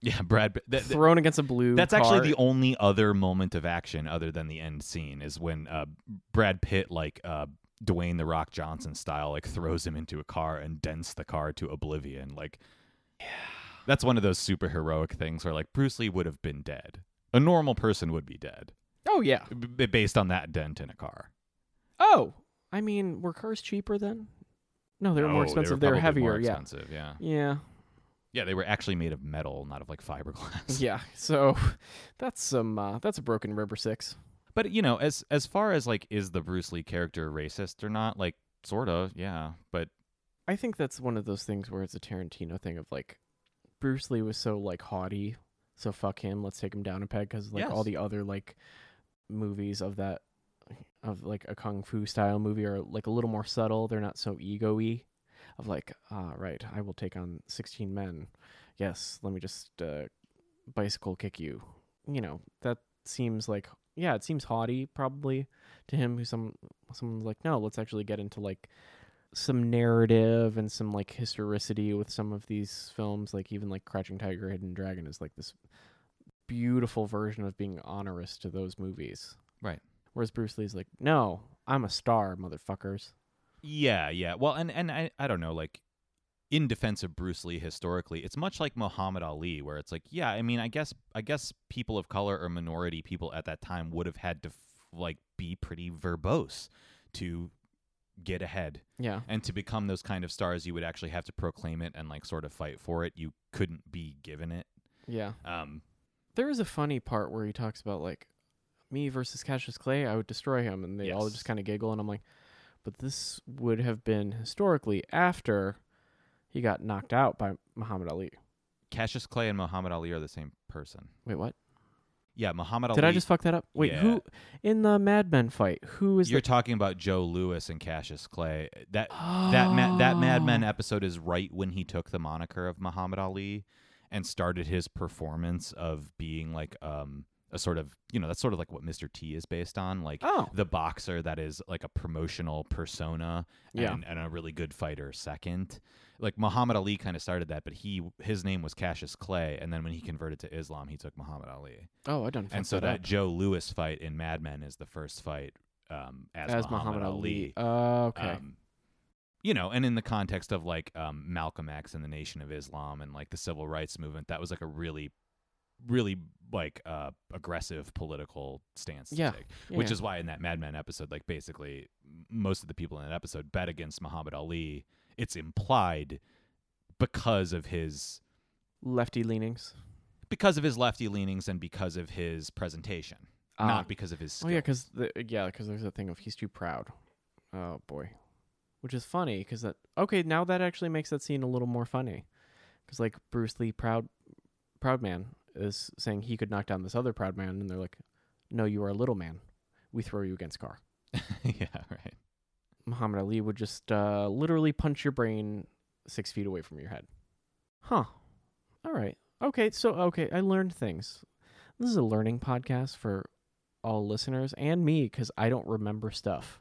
S1: yeah Brad Pitt- that- that-
S2: thrown against a blue.
S1: that's actually the
S2: car.
S1: only other moment of action other than the end scene is when uh, Brad Pitt like uh Dwayne the Rock Johnson style like throws him into a car and dents the car to oblivion like that's one of those super heroic things where like Bruce Lee would have been dead a normal person would be dead
S2: Oh yeah.
S1: b- b- based on that dent in a car
S2: Oh, I mean, were cars cheaper then? No, they were more
S1: No,
S2: expensive. They
S1: Oh,
S2: were,
S1: probably
S2: heavier.
S1: more
S2: yeah.
S1: expensive, yeah.
S2: Yeah.
S1: Yeah, they were actually made of metal, not of like fiberglass.
S2: Yeah. So that's some. Uh, that's a broken ribber six.
S1: But you know, as as far as like is the Bruce Lee character racist or not, like sort of, yeah. But
S2: I think that's one of those things where it's a Tarantino thing of like Bruce Lee was so like haughty, so fuck him, let's take him down a peg cuz like all
S1: Yes.
S2: the other like movies of that of like a kung fu style movie are like a little more subtle, they're not so ego-y of like ah right, I will take on 16 men. Yes, let me just uh, bicycle kick you. You know, that seems like yeah, it seems haughty probably to him who some someone's like no, let's actually get into like some narrative and some like historicity with some of these films like even like crouching tiger hidden dragon is like this beautiful version of being onerous to those movies
S1: Right.
S2: whereas bruce lee's like no I'm a star, motherfuckers.
S1: Yeah, yeah. Well, and and I, I don't know, like in defense of Bruce Lee historically, it's much like Muhammad Ali where it's like, yeah, I mean, I guess I guess people of color or minority people at that time would have had to f- like be pretty verbose to get ahead
S2: Yeah.
S1: and to become those kind of stars you would actually have to proclaim it and like sort of fight for it. You couldn't be given it.
S2: Yeah.
S1: Um
S2: There is a funny part where he talks about like me versus Cassius Clay, I would destroy him and they all
S1: Yes.
S2: just kind of giggle and I'm like, but this would have been historically after he got knocked out by Muhammad Ali.
S1: Cassius Clay and Muhammad Ali are the same person.
S2: Wait, what?
S1: Yeah, Muhammad Ali
S2: Did I just fuck that up? Wait,
S1: Yeah.
S2: who in the Mad Men fight? Who is
S1: You're
S2: the
S1: talking about Joe Lewis and Cassius Clay. That that ma- that Mad Men
S2: Oh.
S1: episode is right when he took the moniker of Muhammad Ali and started his performance of being like um a sort of you know that's sort of like what Mr. T is based on like
S2: Oh,
S1: the boxer that is like a promotional persona
S2: Yeah.
S1: and, and a really good fighter second like Muhammad Ali kind of started that but he his name was Cassius Clay and then when he converted to Islam he took Muhammad Ali
S2: oh, I done.
S1: and
S2: fucked
S1: so that
S2: up.
S1: Joe Lewis fight in Mad Men is the first fight um, as,
S2: as
S1: Muhammad, Ali.
S2: Uh, okay.
S1: Um, you know, and in the context of like um, Malcolm X and the Nation of Islam and like the civil rights movement, that was like a really, really like uh, aggressive political stance
S2: Yeah.
S1: to take. Which is why in that Mad Men episode, like basically m- most of the people in that episode bet against Muhammad Ali. It's implied because of his
S2: lefty leanings.
S1: because of his lefty leanings and because of his presentation,
S2: Ah.
S1: not because of his
S2: Oh
S1: skill.
S2: yeah, because yeah, because there's a thing of he's too proud. Oh boy, which is funny because that okay now that actually makes that scene a little more funny, because like Bruce Lee proud proud man is saying he could knock down this other proud man, and they're like, no, you are a little man. We throw you against car.
S1: yeah, right.
S2: Muhammad Ali would just uh, literally punch your brain six feet away from your head. Huh. All right. Okay. So, okay. I learned things. This is a learning podcast for all listeners and me because I don't remember stuff.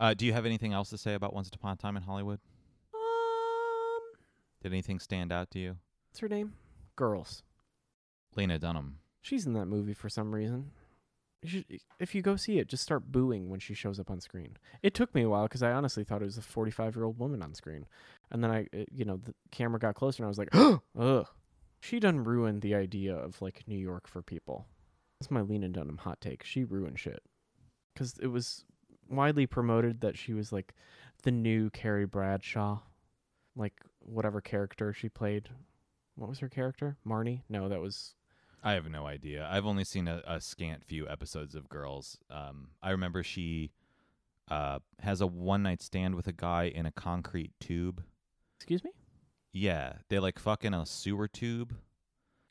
S1: Uh, do you have anything else to say about Once Upon a Time in Hollywood?
S2: Um,
S1: Did anything stand out to you?
S2: what's her name? Girls.
S1: Lena Dunham.
S2: She's in that movie for some reason. You should, if you go see it, just start booing when she shows up on screen. It took me a while because I honestly thought it was a 45 year old woman on screen, and then I, it- you know, the camera got closer and I was like, ugh. She done ruined the idea of like New York for people. That's my Lena Dunham hot take. She ruined shit because it was widely promoted that she was like the new Carrie Bradshaw, like whatever character she played. What was her character? Marnie? No, that was
S1: I have no idea. I've only seen a, a scant few episodes of Girls. Um, I remember she uh, has a one night stand with a guy in a concrete tube.
S2: excuse me.
S1: Yeah, they like fuck in a sewer tube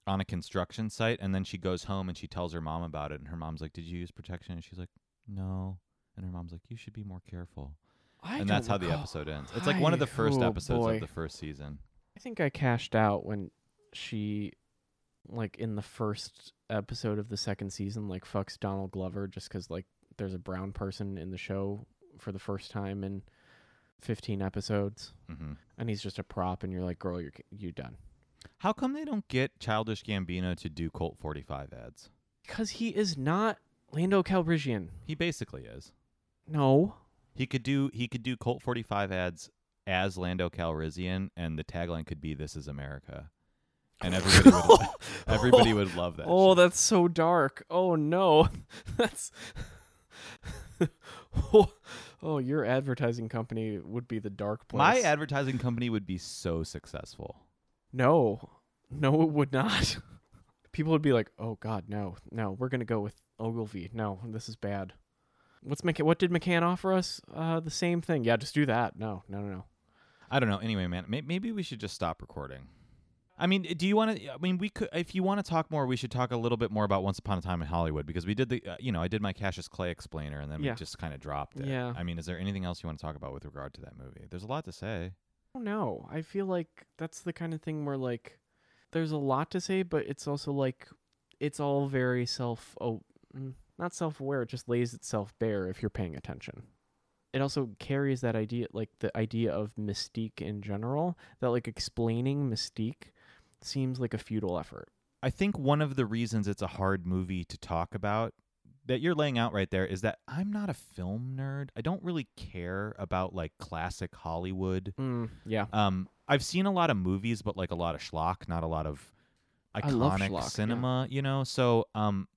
S1: on a construction site, and then she goes home and she tells her mom about it, and her mom's like, "Did you use protection?" And she's like, "No," and her mom's like, "You should be more careful."
S2: I
S1: and that's
S2: don't
S1: how the
S2: recall.
S1: episode ends. It's like one of the
S2: I-
S1: first
S2: oh,
S1: episodes
S2: boy.
S1: of the first season.
S2: I think I cashed out when she, like, in the first episode of the second season, like, fucks Donald Glover just 'cause like, there's a brown person in the show for the first time in 15 episodes.
S1: hmm
S2: And he's just a prop, and you're like, girl, you're c- you done.
S1: How come they don't get Childish Gambino to do Colt 45 ads?
S2: Because he is not Lando Calrissian.
S1: He basically is.
S2: No.
S1: He could do he could do Colt 45 ads as Lando Calrissian, and the tagline could be "This is America," and everybody would everybody would love that.
S2: Oh,
S1: shit.
S2: that's so dark. Oh no, that's. oh, oh, your advertising company would be the dark place.
S1: my advertising company would be so successful.
S2: no, no, it would not. People would be like, "Oh God, no, no, we're gonna go with Ogilvy. No, this is bad." What's McCann, what did McCann offer us? Uh, the same thing. Yeah, just do that. No, no, no, no.
S1: I don't know. Anyway, man, may- maybe we should just stop recording. I mean, do you want to? I mean, we could. If you want to talk more, we should talk a little bit more about Once Upon a Time in Hollywood because we did the. Uh, you know, I did my Cassius Clay explainer, and then
S2: Yeah.
S1: we just kind of dropped it.
S2: Yeah.
S1: I mean, is there anything else you want to talk about with regard to that movie? There's a lot to say.
S2: I don't know. I feel like that's the kind of thing where like there's a lot to say, but it's also like it's all very self oh mm, not self aware, it just lays itself bare if you're paying attention. It also carries that idea like the idea of mystique in general, that like explaining mystique seems like a futile effort.
S1: I think one of the reasons it's a hard movie to talk about that you're laying out right there is that I'm not a film nerd. I don't really care about like classic Hollywood.
S2: Mm, yeah.
S1: Um, I've seen a lot of movies, but like a lot of schlock, not a lot of
S2: I love
S1: iconic
S2: schlock, yeah.
S1: cinema. You know, so um,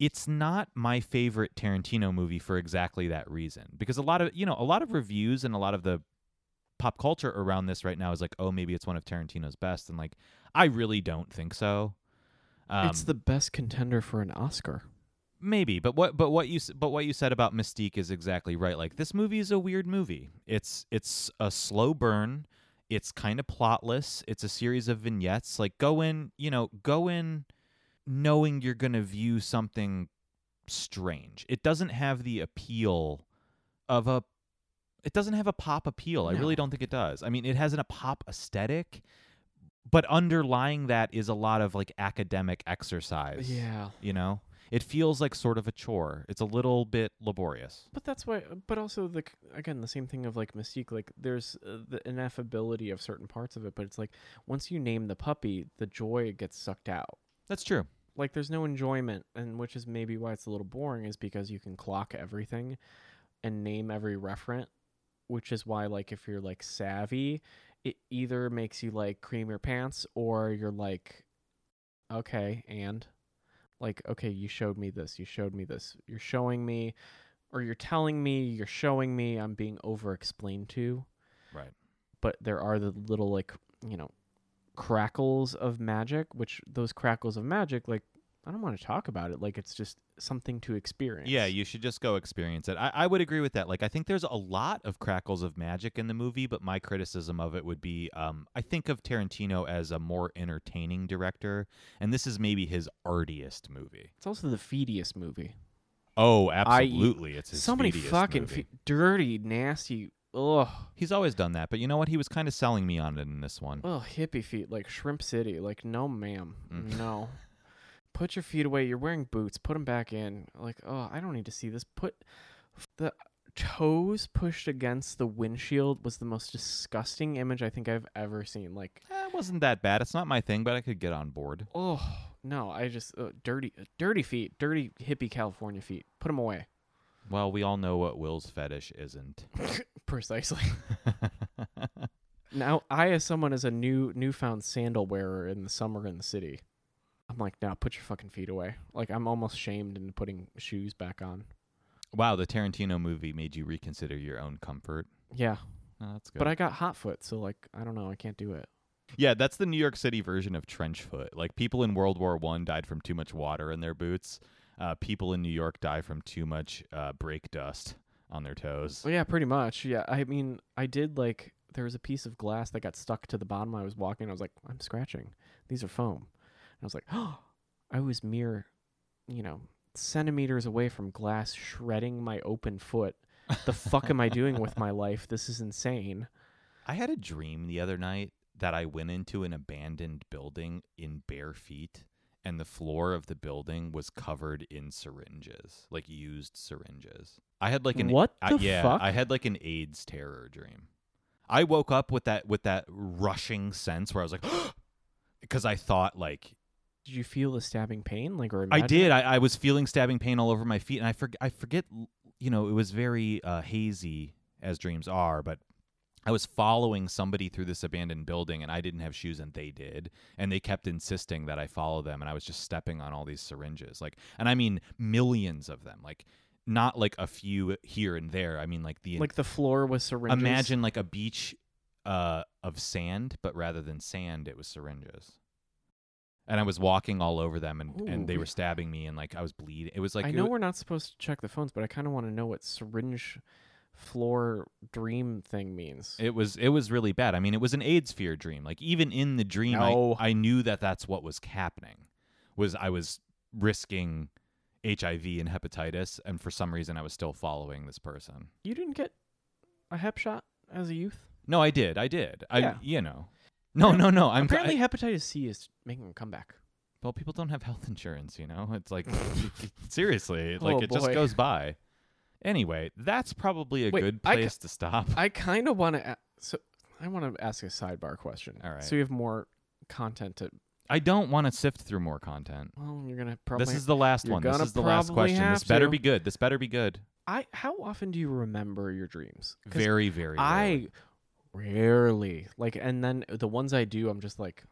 S1: it's not my favorite Tarantino movie for exactly that reason. Because a lot of you know, a lot of reviews and a lot of the pop culture around this right now is like, oh, maybe it's one of Tarantino's best, and like, I really don't think so. Um,
S2: it's the best contender for an Oscar.
S1: maybe but what but what you s- but what you said about mystique is exactly right like this movie is a weird movie it's it's a slow burn it's kind of plotless it's a series of vignettes like go in you know go in knowing you're going to view something strange it doesn't have the appeal of a it doesn't have a pop appeal i
S2: No.
S1: really don't think it does i mean it has an, a pop aesthetic but underlying that is a lot of like academic exercise
S2: Yeah.
S1: you know it feels like sort of a chore it's a little bit laborious
S2: But that's why. But also the c- again the same thing of like Mystique. Like there's uh, the ineffability of certain parts of it, but it's like once you name the puppy, the joy gets sucked out.
S1: that's true
S2: Like there's no enjoyment, and which is maybe why it's a little boring, is because you can clock everything and name every referent, which is why like if you're like savvy, it either makes you like cream your pants or you're like, okay, and like okay, you showed me this, you showed me this, you're showing me or you're telling me, you're showing me, I'm being over explained to.
S1: Right.
S2: But there are the little, like, you know, crackles of magic, which those crackles of magic, like, I don't want to talk about it. Like, it's just something to experience.
S1: yeah you should just go experience it I, I would agree with that like i think there's a lot of crackles of magic in the movie but my criticism of it would be um, i think of tarantino as a more entertaining director and this is maybe his artiest movie
S2: It's also the feediest movie.
S1: oh absolutely it's his
S2: so many
S1: speediest
S2: fucking
S1: movie.
S2: fe- dirty, nasty, ugh,
S1: he's always done that but you know what he was kind of selling me on it in this one
S2: ugh, hippie feet, like Shrimp City. Like, no, ma'am.
S1: Mm.
S2: No. Put your feet away. You're wearing boots. Put them back in. Like, oh, I don't need to see this. Put the toes pushed against the windshield was the most disgusting image I think I've ever seen. Like,
S1: Eh, it wasn't that bad it's not my thing but i could get on board
S2: oh no, I just uh, dirty, dirty feet, dirty hippie California feet. Put them away.
S1: well we all know what will's fetish isn't
S2: Precisely. Now, I as someone as a new newfound sandal wearer in the summer in the city, I'm like, now put your fucking feet away. Like, I'm almost shamed into putting shoes back on.
S1: Wow, the Tarantino movie made you reconsider your own comfort.
S2: Yeah,
S1: Oh, that's good.
S2: but I got hot foot, so like, I don't know, I can't do it.
S1: yeah, that's the New York City version of trench foot. Like people in World War One died from too much water in their boots. Uh, people in New York die from too much uh, brake dust on their toes.
S2: Well, yeah, pretty much. Yeah, I mean, I did like there was a piece of glass that got stuck to the bottom. I was walking. I was like, I'm scratching. These are foam. And I was like, oh, I was mere, you know, centimeters away from glass shredding my open foot. The fuck am I doing with my life? This is insane.
S1: I had a dream the other night that I went into an abandoned building in bare feet, and the floor of the building was covered in syringes, like used syringes. I had like an
S2: What
S1: I-
S2: the
S1: yeah,
S2: fuck?
S1: I had like an AIDS terror dream. I woke up with that with that rushing sense where I was like, because I thought like
S2: Did you feel the stabbing pain? Like, or
S1: I
S2: imagine
S1: did.
S2: it?
S1: I, I was feeling stabbing pain all over my feet, and I forg I forget. l- You know, it was very uh, hazy as dreams are, but I was following somebody through this abandoned building, and I didn't have shoes, and they did, and they kept insisting that I follow them, and I was just stepping on all these syringes, like, and I mean millions of them, like, not like a few here and there. I mean, like the
S2: like the floor was syringes.
S1: imagine like a beach uh, of sand, but rather than sand, it was syringes. And I was walking all over them, and, and they
S2: Ooh.
S1: were stabbing me, and like I was bleeding. It was like
S2: I
S1: it
S2: know
S1: wa-
S2: we're not supposed to check the phones, but I kind of want to know what syringe floor dream thing means.
S1: it was it was really bad. I mean, it was an AIDS fear dream. Like even in the dream,
S2: No.
S1: I, I knew that that's what was happening. Was I was risking HIV and hepatitis, and for some reason, I was still following this person.
S2: You didn't get a hep shot as a youth?
S1: No, I did. I did. I
S2: Yeah.
S1: you know. No, no, no. I'm I-
S2: Apparently, hepatitis C is making a comeback.
S1: Well, people don't have health insurance, you know? It's like, seriously,
S2: Oh,
S1: like it just
S2: boy.
S1: goes by. Anyway, that's probably a
S2: Wait,
S1: good
S2: I ca-
S1: place to stop.
S2: I kind of want to. So I want to ask a sidebar question.
S1: All right.
S2: So we have more content to
S1: I don't want to sift through more content.
S2: Well, you're gonna probably.
S1: this is the last
S2: you're
S1: one. This
S2: gonna
S1: is the last
S2: probably
S1: question. This
S2: have
S1: better
S2: to.
S1: be good. This better be good.
S2: I. How often do you remember your dreams? 'Cause
S1: Very, very. rarely.
S2: I rarely like, and then the ones I do, I'm just like,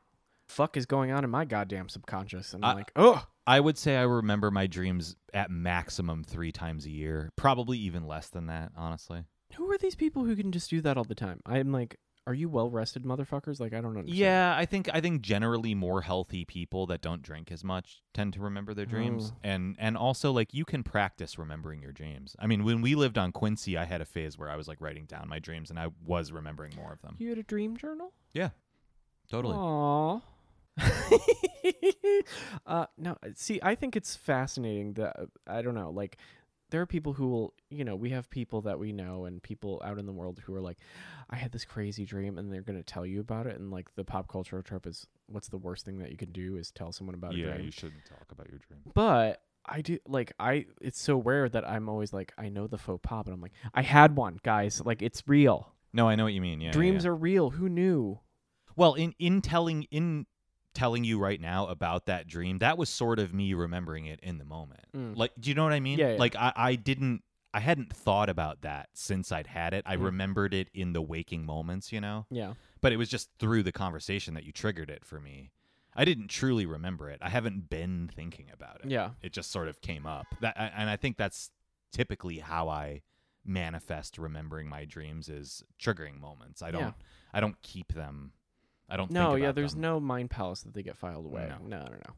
S2: fuck is going on in my goddamn subconscious, and I'm
S1: I-
S2: like, oh,
S1: I would say I remember my dreams at maximum three times a year. Probably even less than that, honestly.
S2: who are these people who can just do that all the time? I'm like, are you well rested, motherfuckers? Like, I don't understand.
S1: Yeah, I think I think generally more healthy people that don't drink as much tend to remember their dreams,
S2: Oh.
S1: and and also like you can practice remembering your dreams. I mean, when we lived on Quincy, I had a phase where I was like writing down my dreams, and I was remembering more of them.
S2: You had a dream journal?
S1: Yeah, totally.
S2: Aww. uh, no, see, I think it's fascinating that uh, I don't know, like there are people who will, you know, we have people that we know and people out in the world who are like, I had this crazy dream, and they're gonna tell you about it, and like the pop culture trope is, what's the worst thing that you can do is tell someone about a
S1: Yeah,
S2: dream.
S1: you shouldn't talk about your dream.
S2: but I do like I. It's so rare that I'm always like, I know the faux pas, but I'm like, I had one, guys. Like it's real.
S1: No, I know what you mean. Yeah,
S2: Dreams are real. Who knew?
S1: well in in telling in telling you right now about that dream. That was sort of me remembering it in the moment.
S2: Mm.
S1: Like, do you know what I mean?
S2: Yeah, yeah.
S1: Like, I, I didn't, I hadn't thought about that since I'd had it. I
S2: Mm.
S1: remembered it in the waking moments, you know?
S2: Yeah.
S1: But it was just through the conversation that you triggered it for me. I didn't truly remember it. I haven't been thinking about it.
S2: Yeah.
S1: It just sort of came up. That, I- and I think that's typically how I manifest remembering my dreams is triggering moments. I don't,
S2: Yeah.
S1: I don't keep them. I don't.
S2: No,
S1: think
S2: yeah,
S1: about
S2: there's
S1: them.
S2: no mind palace that they get filed away.
S1: No.
S2: No, no, no.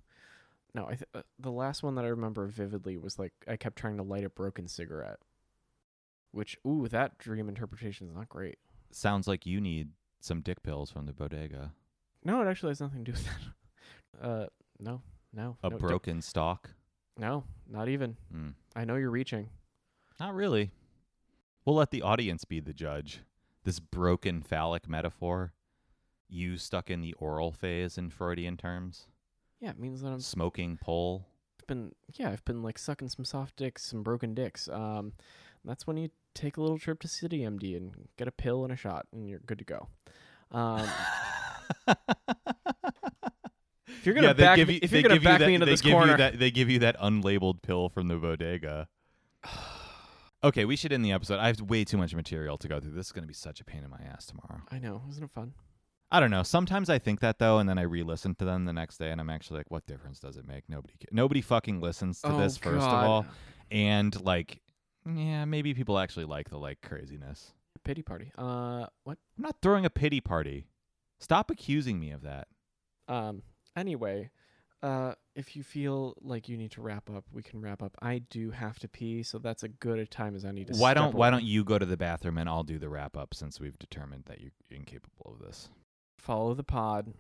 S2: No, I th- uh, the last one that I remember vividly was like I kept trying to light a broken cigarette, which ooh, that dream interpretation is not great.
S1: Sounds like you need some dick pills from the bodega.
S2: No, it actually has nothing to do with that. Uh, no, no,
S1: A
S2: no, don't-
S1: broken stalk.
S2: No, not even.
S1: Mm.
S2: I know you're reaching.
S1: Not really. We'll let the audience be the judge. This broken phallic metaphor, you stuck in the oral phase in Freudian terms,
S2: Yeah, it means that I'm
S1: smoking pole.
S2: been yeah i've been like sucking some soft dicks some broken dicks um that's when you take a little trip to city md and get a pill and a shot and you're good to go um if you're gonna
S1: yeah, they
S2: back
S1: give
S2: me-
S1: you,
S2: if
S1: they
S2: you're gonna
S1: give you
S2: back
S1: that,
S2: me into
S1: they
S2: this
S1: give
S2: corner
S1: You that, they give you that unlabeled pill from the bodega. okay, we should end the episode. I have way too much material to go through. This is going to be such a pain in my ass tomorrow.
S2: i know isn't it fun
S1: I don't know. Sometimes I think that though, and then I re-listen to them the next day, and I'm actually like, "What difference does it make? Nobody, ca- nobody fucking listens to
S2: Oh,
S1: this. First
S2: God.
S1: of all, and like, yeah, maybe people actually like the like craziness.
S2: pity party uh what
S1: I'm not throwing a pity party. Stop accusing me of that.
S2: um anyway uh if you feel like you need to wrap up we can wrap up i do have to pee so that's a good a time as i need to
S1: why
S2: step
S1: don't Why
S2: away.
S1: don't you go to the bathroom and I'll do the wrap up since we've determined that you're incapable of this.
S2: follow the pod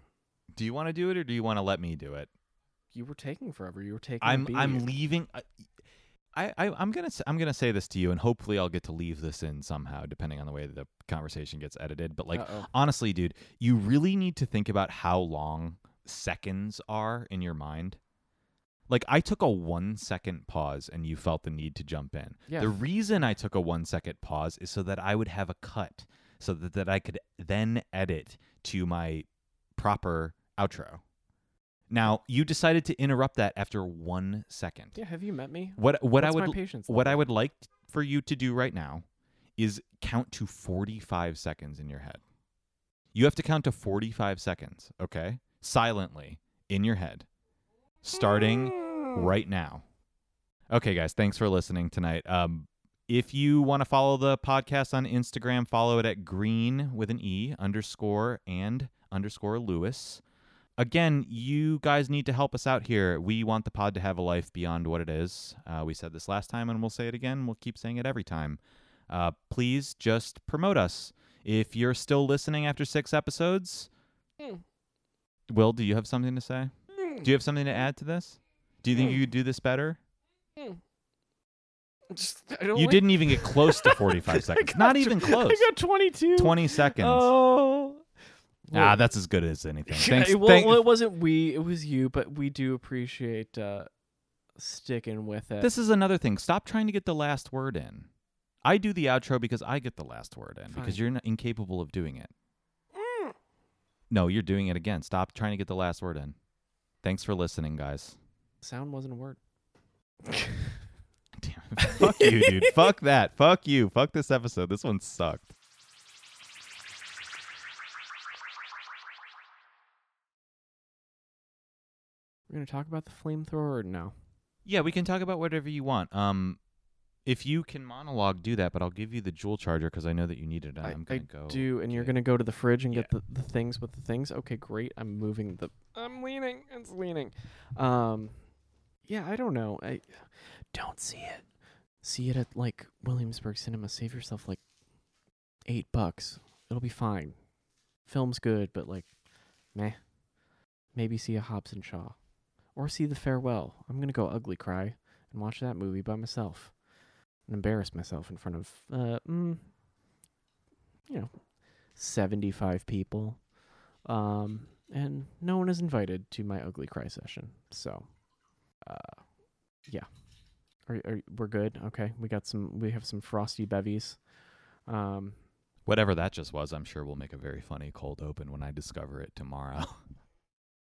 S1: Do you want to do it or do you want to let me do it?
S2: you were taking forever you were taking a
S1: I'm I'm
S2: beat.
S1: leaving. I, I I'm gonna s- I'm gonna say this to you, and hopefully I'll get to leave this in somehow, depending on the way the conversation gets edited. But like,
S2: Uh-oh.
S1: honestly, dude, you really need to think about how long seconds are in your mind. Like, I took a one second pause and you felt the need to jump in.
S2: Yeah.
S1: The reason I took a one second pause is so that I would have a cut so that, that I could then edit to my proper outro. Now, you decided to interrupt that after one second.
S2: yeah have you met me
S1: What, what I
S2: What's my
S1: would
S2: patience
S1: what I
S2: level?
S1: would like t- for you to do right now is count to 45 seconds in your head. You have to count to 45 seconds, okay? Silently in your head, starting
S2: Hmm.
S1: right now. Okay, guys, thanks for listening tonight. Um, if you want to follow the podcast on Instagram, follow it at green with an E underscore and underscore Lewis. Again, you guys need to help us out here. We want the pod to have a life beyond what it is. Uh, we said this last time and we'll say it again. We'll keep saying it every time. Uh, please just promote us. If you're still listening after six episodes,
S2: Mm.
S1: Will, do you have something to say? Do you have something to add to this? Do you think
S2: Hmm.
S1: you could do this better?
S2: Just, I don't
S1: You
S2: like-
S1: didn't even get close to 45
S2: I
S1: seconds.
S2: got
S1: Not
S2: tw-
S1: even close.
S2: I got 22.
S1: 20 seconds.
S2: Oh.
S1: Ah,
S2: Well-
S1: that's as good as anything. Thanks.
S2: well,
S1: thank-
S2: well, it wasn't we, it was you, but we do appreciate uh, sticking with it.
S1: this is another thing. Stop trying to get the last word in. I do the outro because I get the last word in
S2: Fine.
S1: because you're not incapable of doing it. No, you're doing it again. Stop trying to get the last word in. Thanks for listening, guys.
S2: Sound wasn't a word.
S1: Damn. Fuck you, dude. Fuck that. Fuck you. Fuck this episode. This one sucked.
S2: We're gonna talk about the flamethrower now.
S1: Yeah, we can talk about whatever you want. Um, if you can monologue, do that. But I'll give you the jewel charger because I know that you need it. And
S2: I-
S1: I'm
S2: I
S1: gonna go.
S2: Do and you're
S1: get-
S2: gonna go to the fridge and get the, the things with the things. Okay, great. I'm moving the. I'm leaning. It's leaning. Um, yeah, I don't know. I don't see it. See it at like Williamsburg Cinema. Save yourself like eight bucks. It'll be fine. Film's good, but like, meh. Maybe see a Hobbs and Shaw, or see The Farewell. I'm gonna go ugly cry and watch that movie by myself and embarrass myself in front of uh, mm, you know, 75 people. Um, and no one is invited to my ugly cry session. So, uh, yeah. Are, are, we're good. Okay. We got some, we have some frosty bevies. Um,
S1: Whatever that just was, I'm sure we'll make a very funny cold open when I discover it tomorrow.